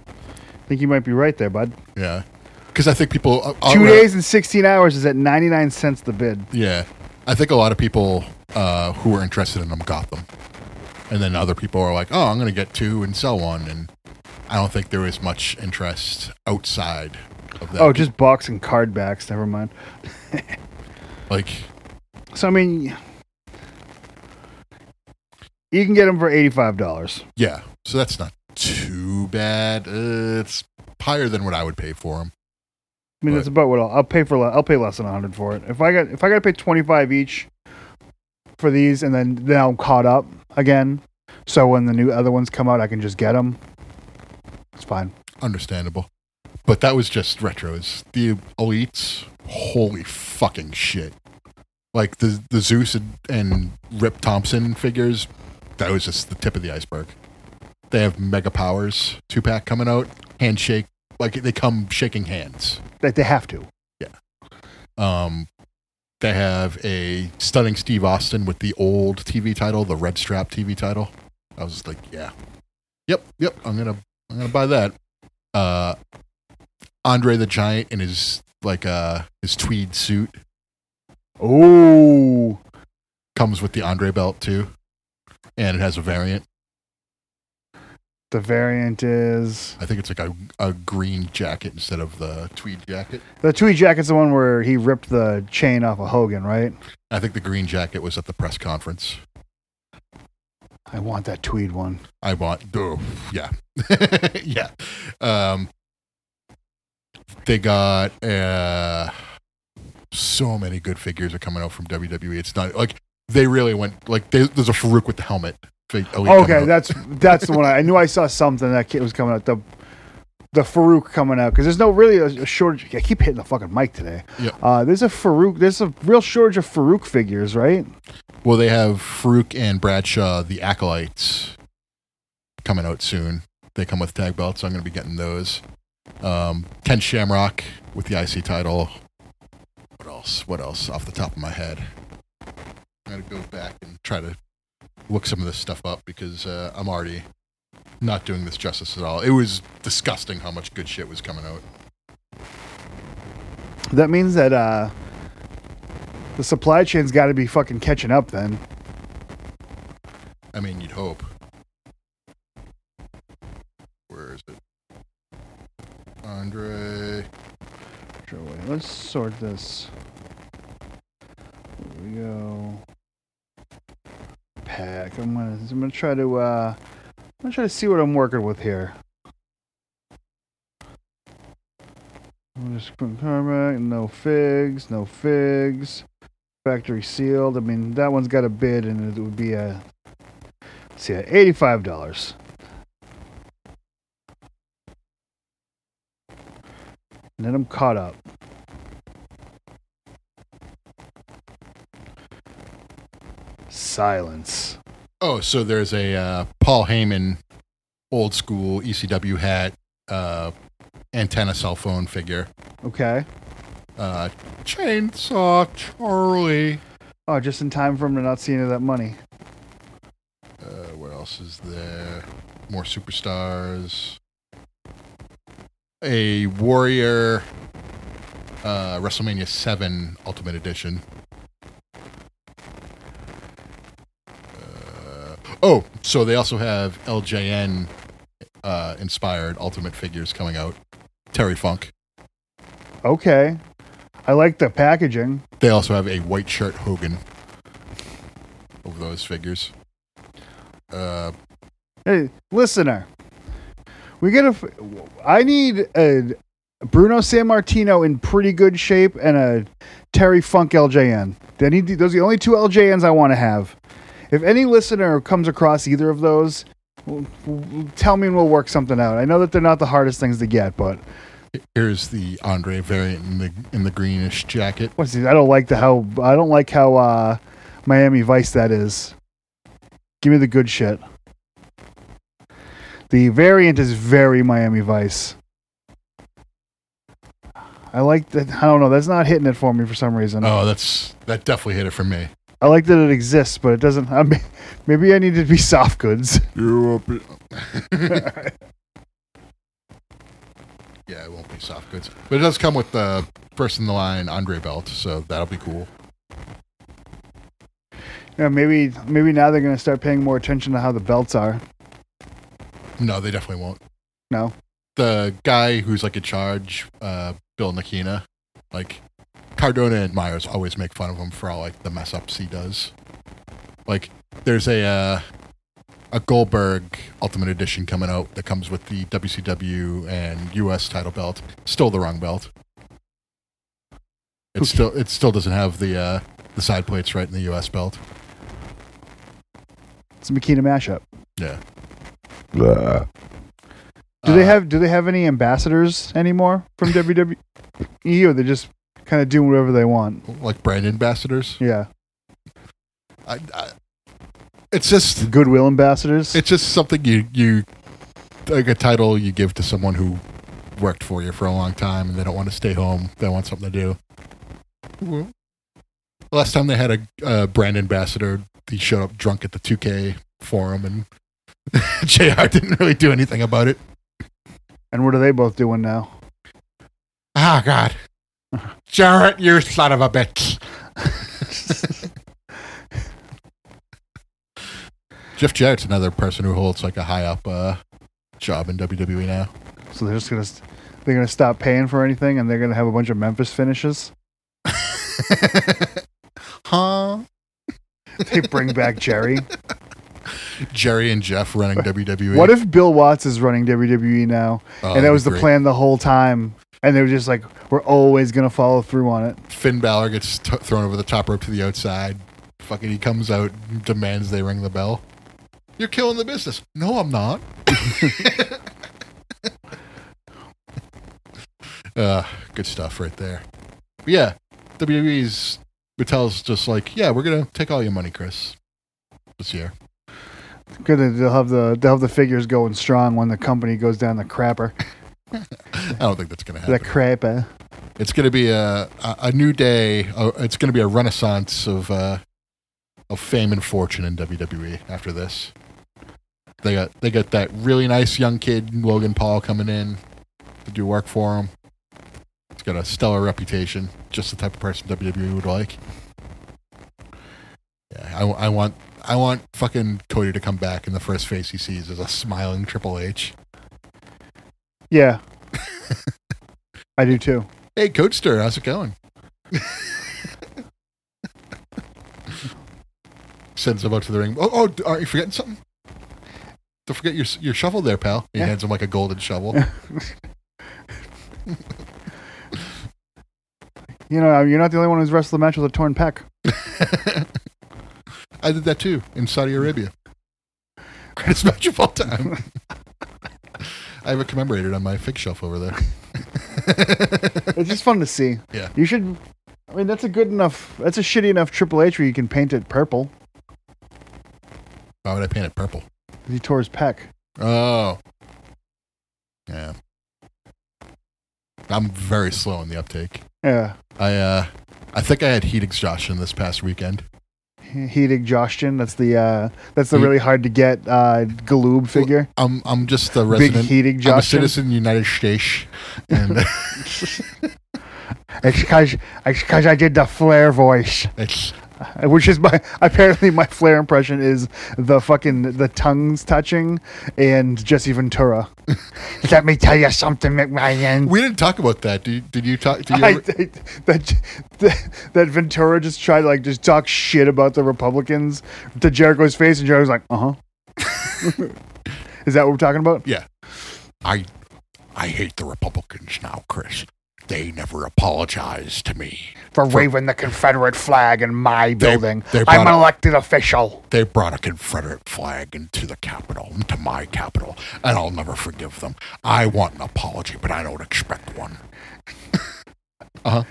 I think you might be right there, bud. Yeah, because I think people uh, Two uh, days and sixteen hours is at ninety nine cents the bid. Yeah, I think a lot of people uh, who were interested in them got them, and then other people are like, "Oh, I'm going to get two and sell one," and I don't think there was much interest outside of that. Oh, just box and card backs. Never mind. like So I mean, you can get them for eighty five dollars. yeah, so that's not too bad. Uh, it's higher than what I would pay for them. I mean, Right. that's about what I'll, I'll pay for. le- I'll pay less than hundred for it. If I got if I got to pay twenty five each for these, and then then I'm caught up again. So when the new other ones come out, I can just get them. It's fine. Understandable. But that was just retros. The elites, holy fucking shit! Like the the Zeus and, and Rip Thompson figures, that was just the tip of the iceberg. They have mega powers. Two pack coming out, handshake like they come shaking hands. Like they have to. Um, they have a stunning Steve Austin with the old TV title, the Red Strap TV title. I was like, yeah, yep, yep. I'm gonna, I'm gonna buy that. Uh, Andre the Giant in his like uh his tweed suit Oh, comes with the Andre belt too, and it has a variant. the variant is I think it's like a a green jacket instead of the tweed jacket. the Tweed jacket's the one where he ripped the chain off of Hogan, right? I think the green jacket was at the press conference. I want that Tweed one. I want. Oh, yeah, yeah. Um, they got uh, so many good figures are coming out from WWE. It's not like they really went like they, there's a Farouk with the helmet. fig- elite coming okay, out. that's that's the one. I, I knew I saw something that kid was coming out. The the Farouk coming out because there's no really a, a shortage. I keep hitting the fucking mic today. Yep. Uh, there's a Farouk. There's a real shortage of Farouk figures, right? well, they have Farouk and Bradshaw, the acolytes, coming out soon. They come with tag belts. So I'm going to be getting those. Um, Ken Shamrock with the IC title. What else? What else? Off the top of my head, I'm going to go back and try to look some of this stuff up because uh, I'm already not doing this justice at all. It was disgusting how much good shit was coming out. That means that uh, the supply chain's got to be fucking catching up. Then I mean, you'd hope. Where is it? Andre. Sure, wait, let's sort this. Here we go. Pack. I'm gonna. I'm gonna try to. Uh, I'm gonna try to see what I'm working with here. I'm just putting Carmack. No figs. No figs. Factory sealed. I mean, that one's got a bid, and it would be a. Let's see, eighty-five dollars. And then I'm caught up. Silence. Oh, so there's a uh, Paul Heyman old school ECW hat, uh, antenna cell phone figure, Okay. uh, chainsaw Charlie. Oh, just in time for him to not see any of that money. Uh, what else is there? More superstars. A Warrior uh, WrestleMania 7 Ultimate Edition. Uh, oh, so they also have LJN uh, inspired Ultimate figures coming out. Terry Funk. Okay. I like the packaging. They also have a white shirt Hogan of those figures. Uh, Hey, listener. We get a. f- I need a Bruno San Martino in pretty good shape and a Terry Funk LJN. They need the- those are the only two LJNs I want to have. If any listener comes across either of those, w- w- tell me and we'll work something out. I know that they're not the hardest things to get, but Here's the Andre variant in the in the greenish jacket. what's it? I don't like the how I don't like how uh, Miami Vice that is. Give me the good shit. The variant is very Miami Vice. I like that. I don't know. That's not hitting it for me for some reason. Oh, that's that definitely hit it for me. I like that it exists, but it doesn't. I mean, maybe I need to be soft goods. yeah, it won't be soft goods, but it does come with the first in the line Andre belt, so that'll be cool. Yeah, maybe maybe now they're gonna start paying more attention to how the belts are. No, they definitely won't. No. The guy who's like in charge, uh, Bill Nakina, like Cardona and Myers always make fun of him for all like the mess ups he does. Like there's a uh, a Goldberg Ultimate Edition coming out that comes with the WCW and US title belt. Still the wrong belt. It Okay. still it still doesn't have the uh, the side plates right in the US belt. It's a Makina mashup. Yeah. Do Uh, they have do they have any ambassadors anymore from WWE or they just kind of do whatever they want? like brand ambassadors? Yeah. I, I, it's just Goodwill ambassadors? it's just something you you like a title you give to someone who worked for you for a long time and they don't want to stay home. They want something to do. Well, Last time they had a uh, brand ambassador, he showed up drunk at the 2K forum, and JR didn't really do anything about it. and what are they both doing now? Ah, God. Jarrett, you son of a bitch. Jeff Jarrett's another person who holds like a high up uh, job in WWE now. So they're just gonna st- they're gonna stop paying for anything and they're gonna have a bunch of Memphis finishes. huh? They bring back Jerry. Jerry and Jeff running WWE. What if Bill Watts is running WWE now Oh, and that'd that be was the great. plan the whole time? And they were just like, we're always gonna follow through on it. Finn Balor gets t- thrown over the top rope to the outside. Fucking, he comes out, and demands they ring the bell. You're killing the business. No, I'm not. uh, good stuff right there. But yeah, WWE's Mattel's just like, yeah, we're gonna take all your money, Chris, this year. Good, that they'll have the they'll have the figures going strong when the company goes down the crapper, I don't think that's gonna happen. the crapper. it's going to be a a a new day. uh, It's going to be a renaissance of uh, of fame and fortune in WWE after this. They got they got that really nice young kid Logan Paul coming in to do work for him. He's got a stellar reputation, just the type of person WWE would like. Yeah, I, w- I want I want fucking Cody to come back, and the first face he sees is a smiling Triple H. Yeah, I do too. Hey, Coachster, how's it going? Sends him up to the ring. Oh, oh, are you forgetting something? Don't forget your your shovel there, pal. He Yeah. hands him like a golden shovel. You know, you're not the only one who's wrestled the match with a torn pec. I did that too in Saudi Arabia. Greatest match of all time. I have it commemorated on my fig shelf over there. It's just fun to see. Yeah. you should. I mean, that's a good enough. That's a shitty enough Triple H where you can paint it purple. Why would I paint it purple? He tore his pec. Oh. Yeah. I'm very slow in the uptake. Yeah, I uh, I think I had heat exhaustion this past weekend. heat exhaustion. That's the uh, that's the Heat- really hard to get uh, Galoob figure. I'm I'm just a Big resident. heat I'm a exhaustion. citizen United States, and It's because it's 'cause I did the flare voice. it's which is my apparently my flair impression is the fucking the tongues touching and Jesse Ventura. Let me tell you something, McMahon. we didn't talk about that. Did you, did you talk? Did you I, ever, I, that, that that Ventura just tried to like just talk shit about the Republicans to Jericho's face, and Jericho's like, uh huh. is that what we're talking about? yeah, I I hate the Republicans now, Chris. They never apologize to me. For waving the Confederate flag in my building. they I'm an brought- elected official. They brought a Confederate flag into the Capitol, into my Capitol, and I'll never forgive them. I want an apology, but I don't expect one. Uh-huh.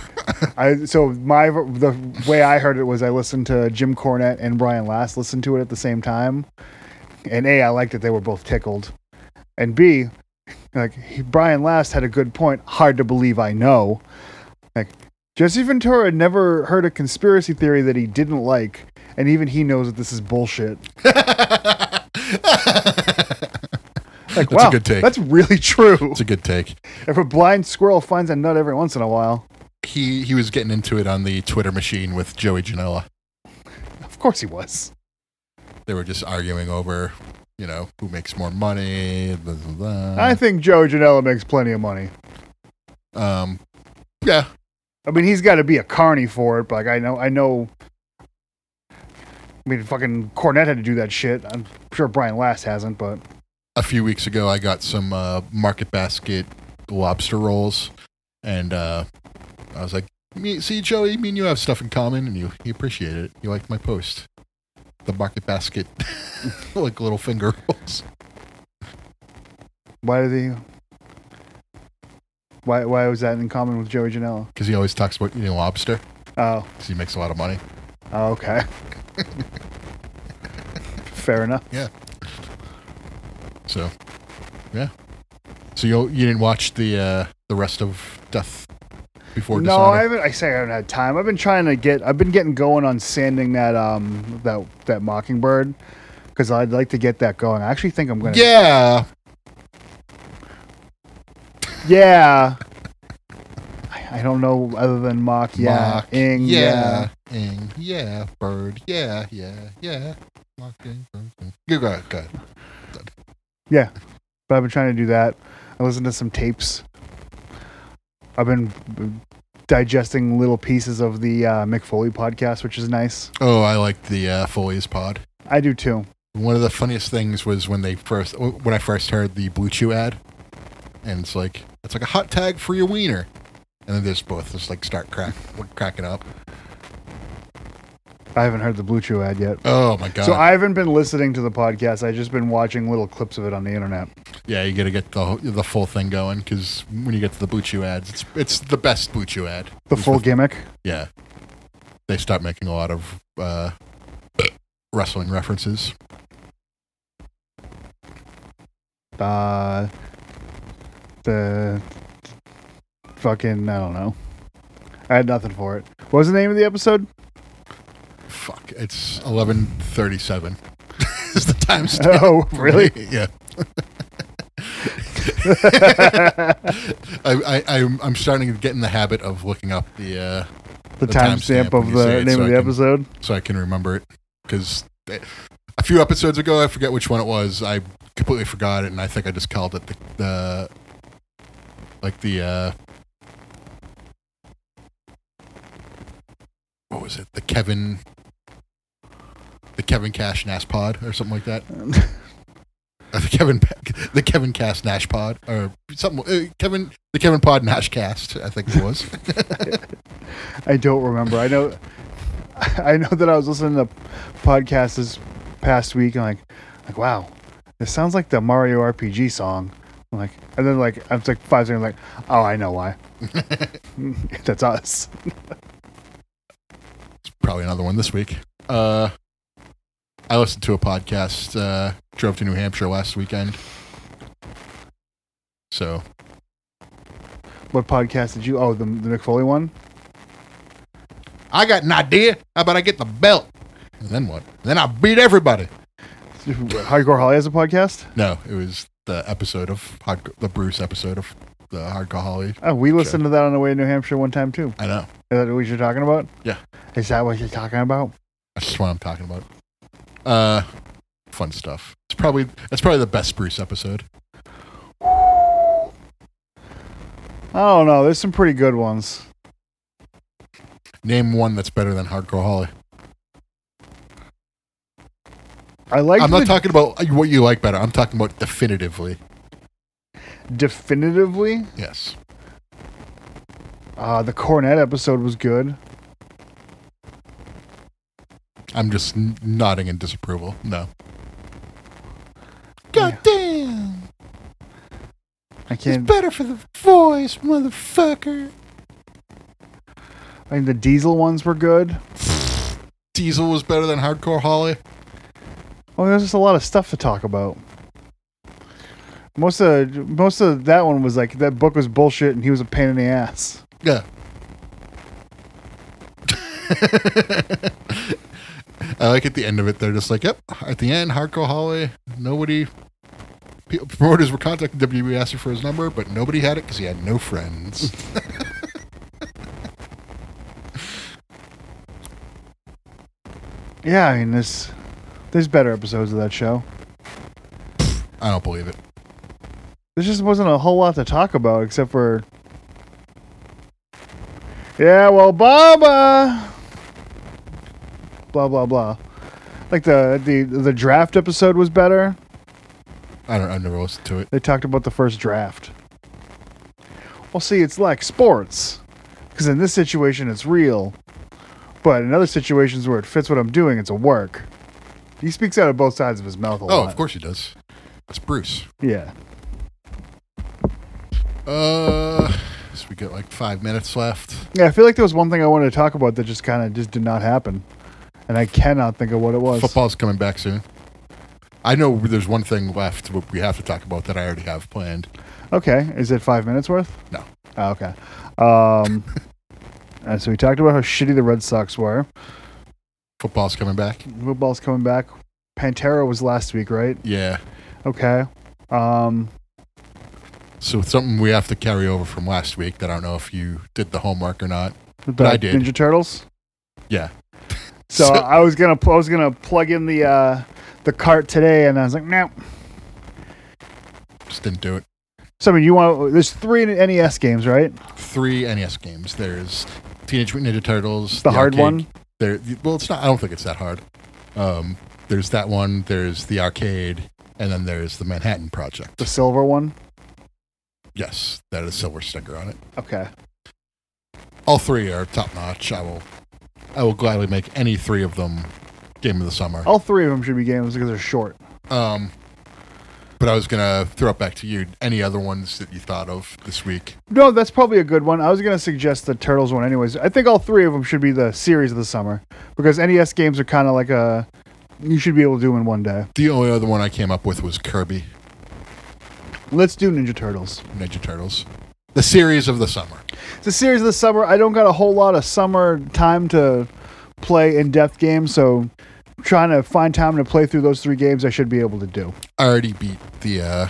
I so my the way I heard it was I listened to Jim Cornette and Brian Last listen to it at the same time, and a I liked it they were both tickled, and b like he, Brian Last had a good point. Hard to believe I know, like Jesse Ventura never heard a conspiracy theory that he didn't like, and even he knows that this is bullshit. Like That's a wow, good take. that's really true. It's a good take. If a blind squirrel finds a nut every once in a while, he he was getting into it on the Twitter machine with Joey Janela. of course he was. They were just arguing over, you know, who makes more money. Blah, blah, blah. I think Joe Janela makes plenty of money. um, yeah, I mean, he's got to be a carny for it. But like, I know, I know. I mean, fucking Cornette had to do that shit. I'm sure Brian Last hasn't, but a few weeks ago I got some uh, Market Basket lobster rolls, and uh, I was like, me, "See, Joey, me and you have stuff in common, and you you appreciate it. You liked my post, the Market Basket, like little finger rolls." Why did he? Why why was that in common with Joey Janela? because he always talks about eating lobster Oh, because he makes a lot of money. oh, okay. Fair enough. So, yeah. So you you didn't watch the uh, the rest of Death Before no, I Dishonor? haven't. I say I haven't had time. I've been trying to get. I've been getting going on sanding that um that that Mockingbird because I'd like to get that going. I actually think I'm gonna. yeah, Yeah. I, I don't know other than mock. Yeah. Mock, Ing. yeah, Ing, yeah, bird, yeah, yeah, yeah. Mocking, bird, ing. Go, go, go. but I've been trying to do that. I listened to some tapes. I've been digesting little pieces of the uh, Mick Foley podcast, which is nice. Oh, I like the uh, Foley's pod. I do too. One of the funniest things was when they first when I first heard the Blue Chew ad, and it's like it's like a hot tag for your wiener, and then there's both just like start crack cracking up. I haven't heard the Blue Chew ad yet. Oh my god! So I haven't been listening to the podcast. I've just been watching little clips of it on the internet. Yeah, you got to get the whole- the full thing going because when you get to the Buchu ads, it's it's the best Buchu ad. The It's full with- gimmick. Yeah, they start making a lot of uh, wrestling references. Uh, the fucking I don't know. I had nothing for it. What was the name of the episode? Fuck, it's eleven thirty seven. Is the time stamp Oh, for really? me. Yeah. I, I I'm I'm starting to get in the habit of looking up the uh, The, The timestamp timestamp when of you the say it, name so of the I can- episode. so I can remember it. Because a few episodes ago, I forget which one it was. I completely forgot it, and I think I just called it the, the like the uh, what was it? The Kevin, the Kevin Cash Nash Pod or something like that. Or the Kevin, the Kevin Cast Nash Pod, or something. Uh, Kevin, the Kevin Pod Nash Cast, I think it was. I don't remember. I know, I know that I was listening to podcasts this past week, and like, like wow, this sounds like the Mario RPG song. I'm like, and then like, I'm like five seconds, like, oh, I know why. That's us. probably another one this week. Uh, I listened to a podcast. Uh, drove to New Hampshire last weekend, so What podcast did you? Oh, the the McFoley one. I got an idea. How about I get the belt? And then what? Then I beat everybody. Hardcore Holly has a podcast. No, it was the episode of Hard- the Bruce episode of the Hardcore Holly. Oh, we listened to that on the way to New Hampshire one time too. I know. Is that what you're talking about? Yeah. Is that what you're talking about? That's just what I'm talking about. Uh, fun stuff. It's probably that's probably the best Bruce episode. I don't know. There's some pretty good ones. Name one that's better than Hardcore Holly. I like. I'm the not talking about what you like better. I'm talking about definitively. definitively. Yes. Uh, the Cornet episode was good. I'm just n- nodding in disapproval. No. Yeah. damn. I can't. better for the voice, motherfucker. I mean, the Diesel ones were good. Diesel was better than Hardcore Holly. Well, Oh, there's just a lot of stuff to talk about. Most of most of that one was like that book was bullshit, and he was a pain in the ass. Yeah. I like at the end of it, they're just like, yep, at the end, Hardcore Holly, nobody. pe- Promoters were contacting WWE asking for his number, but nobody had it because he had no friends. Yeah, I mean, this there's better episodes of that show. I don't believe it. There just wasn't a whole lot to talk about except for. Yeah, well, Baba. Blah blah blah. Like the the the draft episode was better. I don't. I've never listened to it. They talked about the first draft. Well, see, it's like sports, because in this situation it's real, but in other situations where it fits what I'm doing, it's a work. He speaks out of both sides of his mouth a Oh, lot. of course he does. That's Bruce. Yeah. Uh, so we got like five minutes left. Yeah, I feel like there was one thing I wanted to talk about that just kind of just did not happen, and I cannot think of what it was. Football's coming back soon. I know there's one thing left what we have to talk about that I already have planned. Okay, is it five minutes worth? No. Oh, okay. Um, and so we talked about how shitty the Red Sox were. Football's coming back. Football's coming back. Pantera was last week, right? Yeah. Okay. Um, So it's something we have to carry over from last week that I don't know if you did the homework or not. the I did. Ninja Turtles. Yeah. So, So- I was gonna pl- I was gonna plug in the uh, the cart today, and I was like, no. Just didn't do it. So I mean, you want there's three NES games, right? Three NES games. There's Teenage Mutant Ninja Turtles. The hard arcade- one? There. Well, it's not. I don't think it's that hard. Um, there's that one. There's the arcade, and then there's the Manhattan Project. The silver one. Yes, that is silver sticker on it. Okay. All three are top notch. I will, I will gladly make any three of them game of the summer. All three of them should be games because they're short. Um, but I was gonna throw it back to you. Any other ones that you thought of this week? No, that's probably a good one. I was going to suggest the Turtles one, anyways. I think all three of them should be the series of the summer because NES games are kind of like a you should be able to do in one day. The only other one I came up with was Kirby Let's do Ninja Turtles. Ninja Turtles, the series of the summer. It's a series of the summer. I don't got a whole lot of summer time to play in depth games, so trying to find time to play through those three games, I should be able to do. I already beat the uh,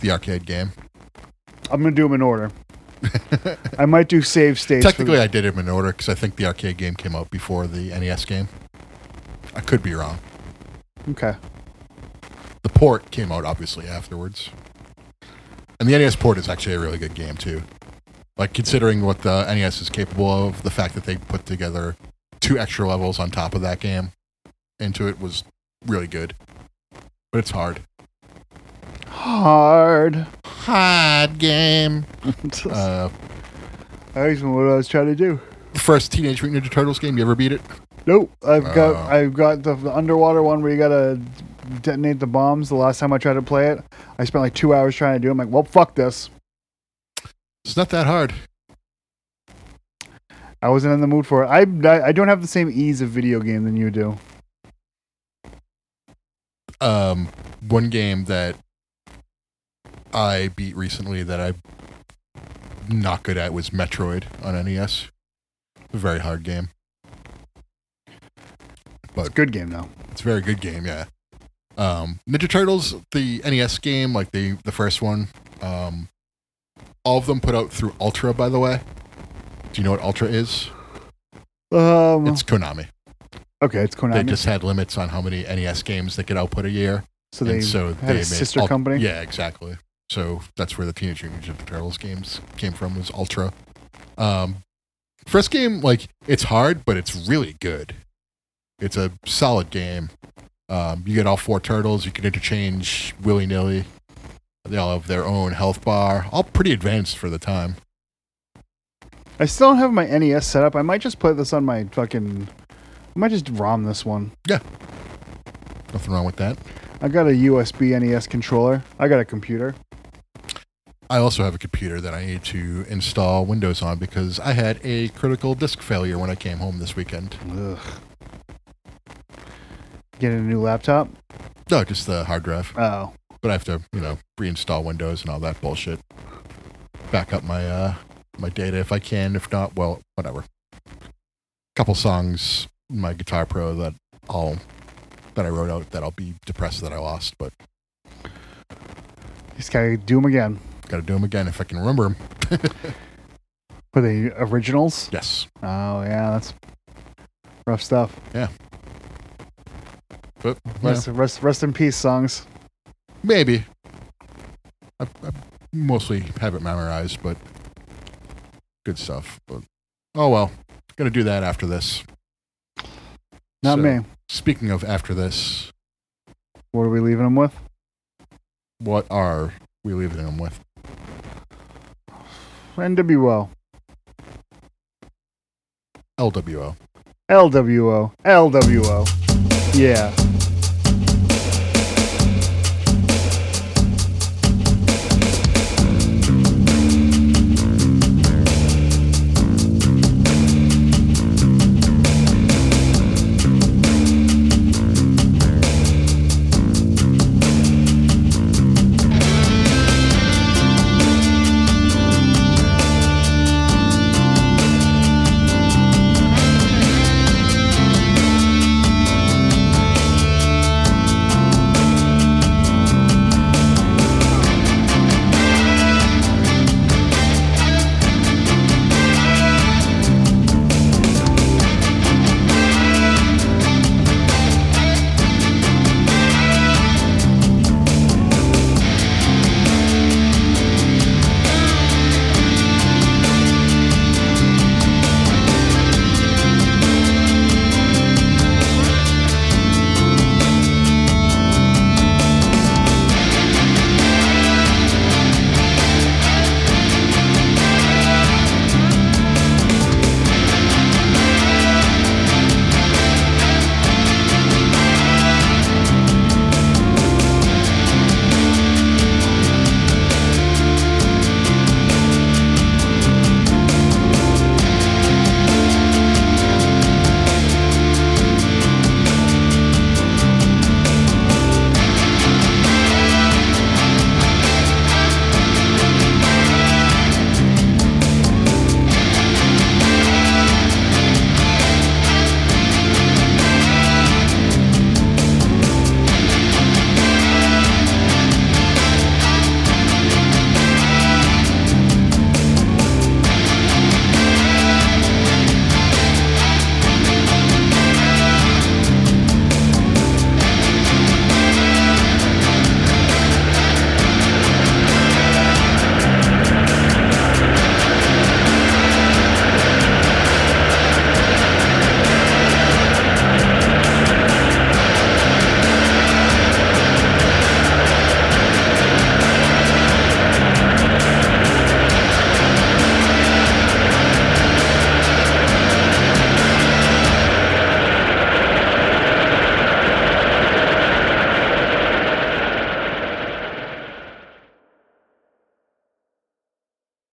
the arcade game. I'm going to do them in order. I might do save states. for the- Technically, I did them in order because I think the arcade game came out before the NES game. I could be wrong. okay. The port came out obviously afterwards, and the NES port is actually a really good game too. Like considering what the NES is capable of, the fact that they put together two extra levels on top of that game into it was really good. But it's hard. Hard. Hard game. Uh, That's what I was trying to do. the first Teenage Mutant Ninja Turtles game. You ever beat it? Nope, I've got Wow. I've got the, the underwater one where you gotta detonate the bombs. The last time I tried to play it, I spent like two hours trying to do. it. I'm like, well, fuck this. It's not that hard. I wasn't in the mood for it. I, I I don't have the same ease of video game than you do. Um, one game that I beat recently that I'm not good at was Metroid on E NES. Very hard game. It's a good game though. It's a very good game, yeah. Um, Ninja Turtles, the NES game, like the the first one, um, all of them put out through Ultra. By the way, do you know what Ultra is? Um, It's Konami. okay, it's Konami. They just had limits on how many NES games they could output a year. so they and so had they a made sister Ult- company. Yeah, exactly. So that's where the Teenage Mutant Ninja Turtles games came from was Ultra. Um, first game, like it's hard, but it's really good. It's a solid game. Um, you get all four turtles. You can interchange willy nilly. They all have their own health bar. All pretty advanced for the time. I still don't have my NES set up. I might just play this on my fucking. I might just ROM this one. Nothing wrong with that. I got a USB NES E controller. I got a computer. I also have a computer that I need to install Windows on because I had a critical disk failure when I came home this weekend. Ugh. Getting a new laptop. No, just the hard drive. Oh. but I have to, you know, reinstall Windows and all that bullshit. Back up my uh my data if I can. If not, well, whatever. Couple songs in my Guitar Pro that I'll that I wrote out that I'll be depressed that I lost, but Just gotta do them again. got to do them again if I can remember 'em. Were they originals? Yes. Oh yeah, that's rough stuff. But you know, Rest, rest, rest in peace, songs. maybe I, I mostly have it memorized, but good stuff. But oh well. Going to do that after this. Not So, me. Speaking of after this, What are we leaving them with? what are we leaving them with? NWO, LWO. LWO, LWO. Yeah.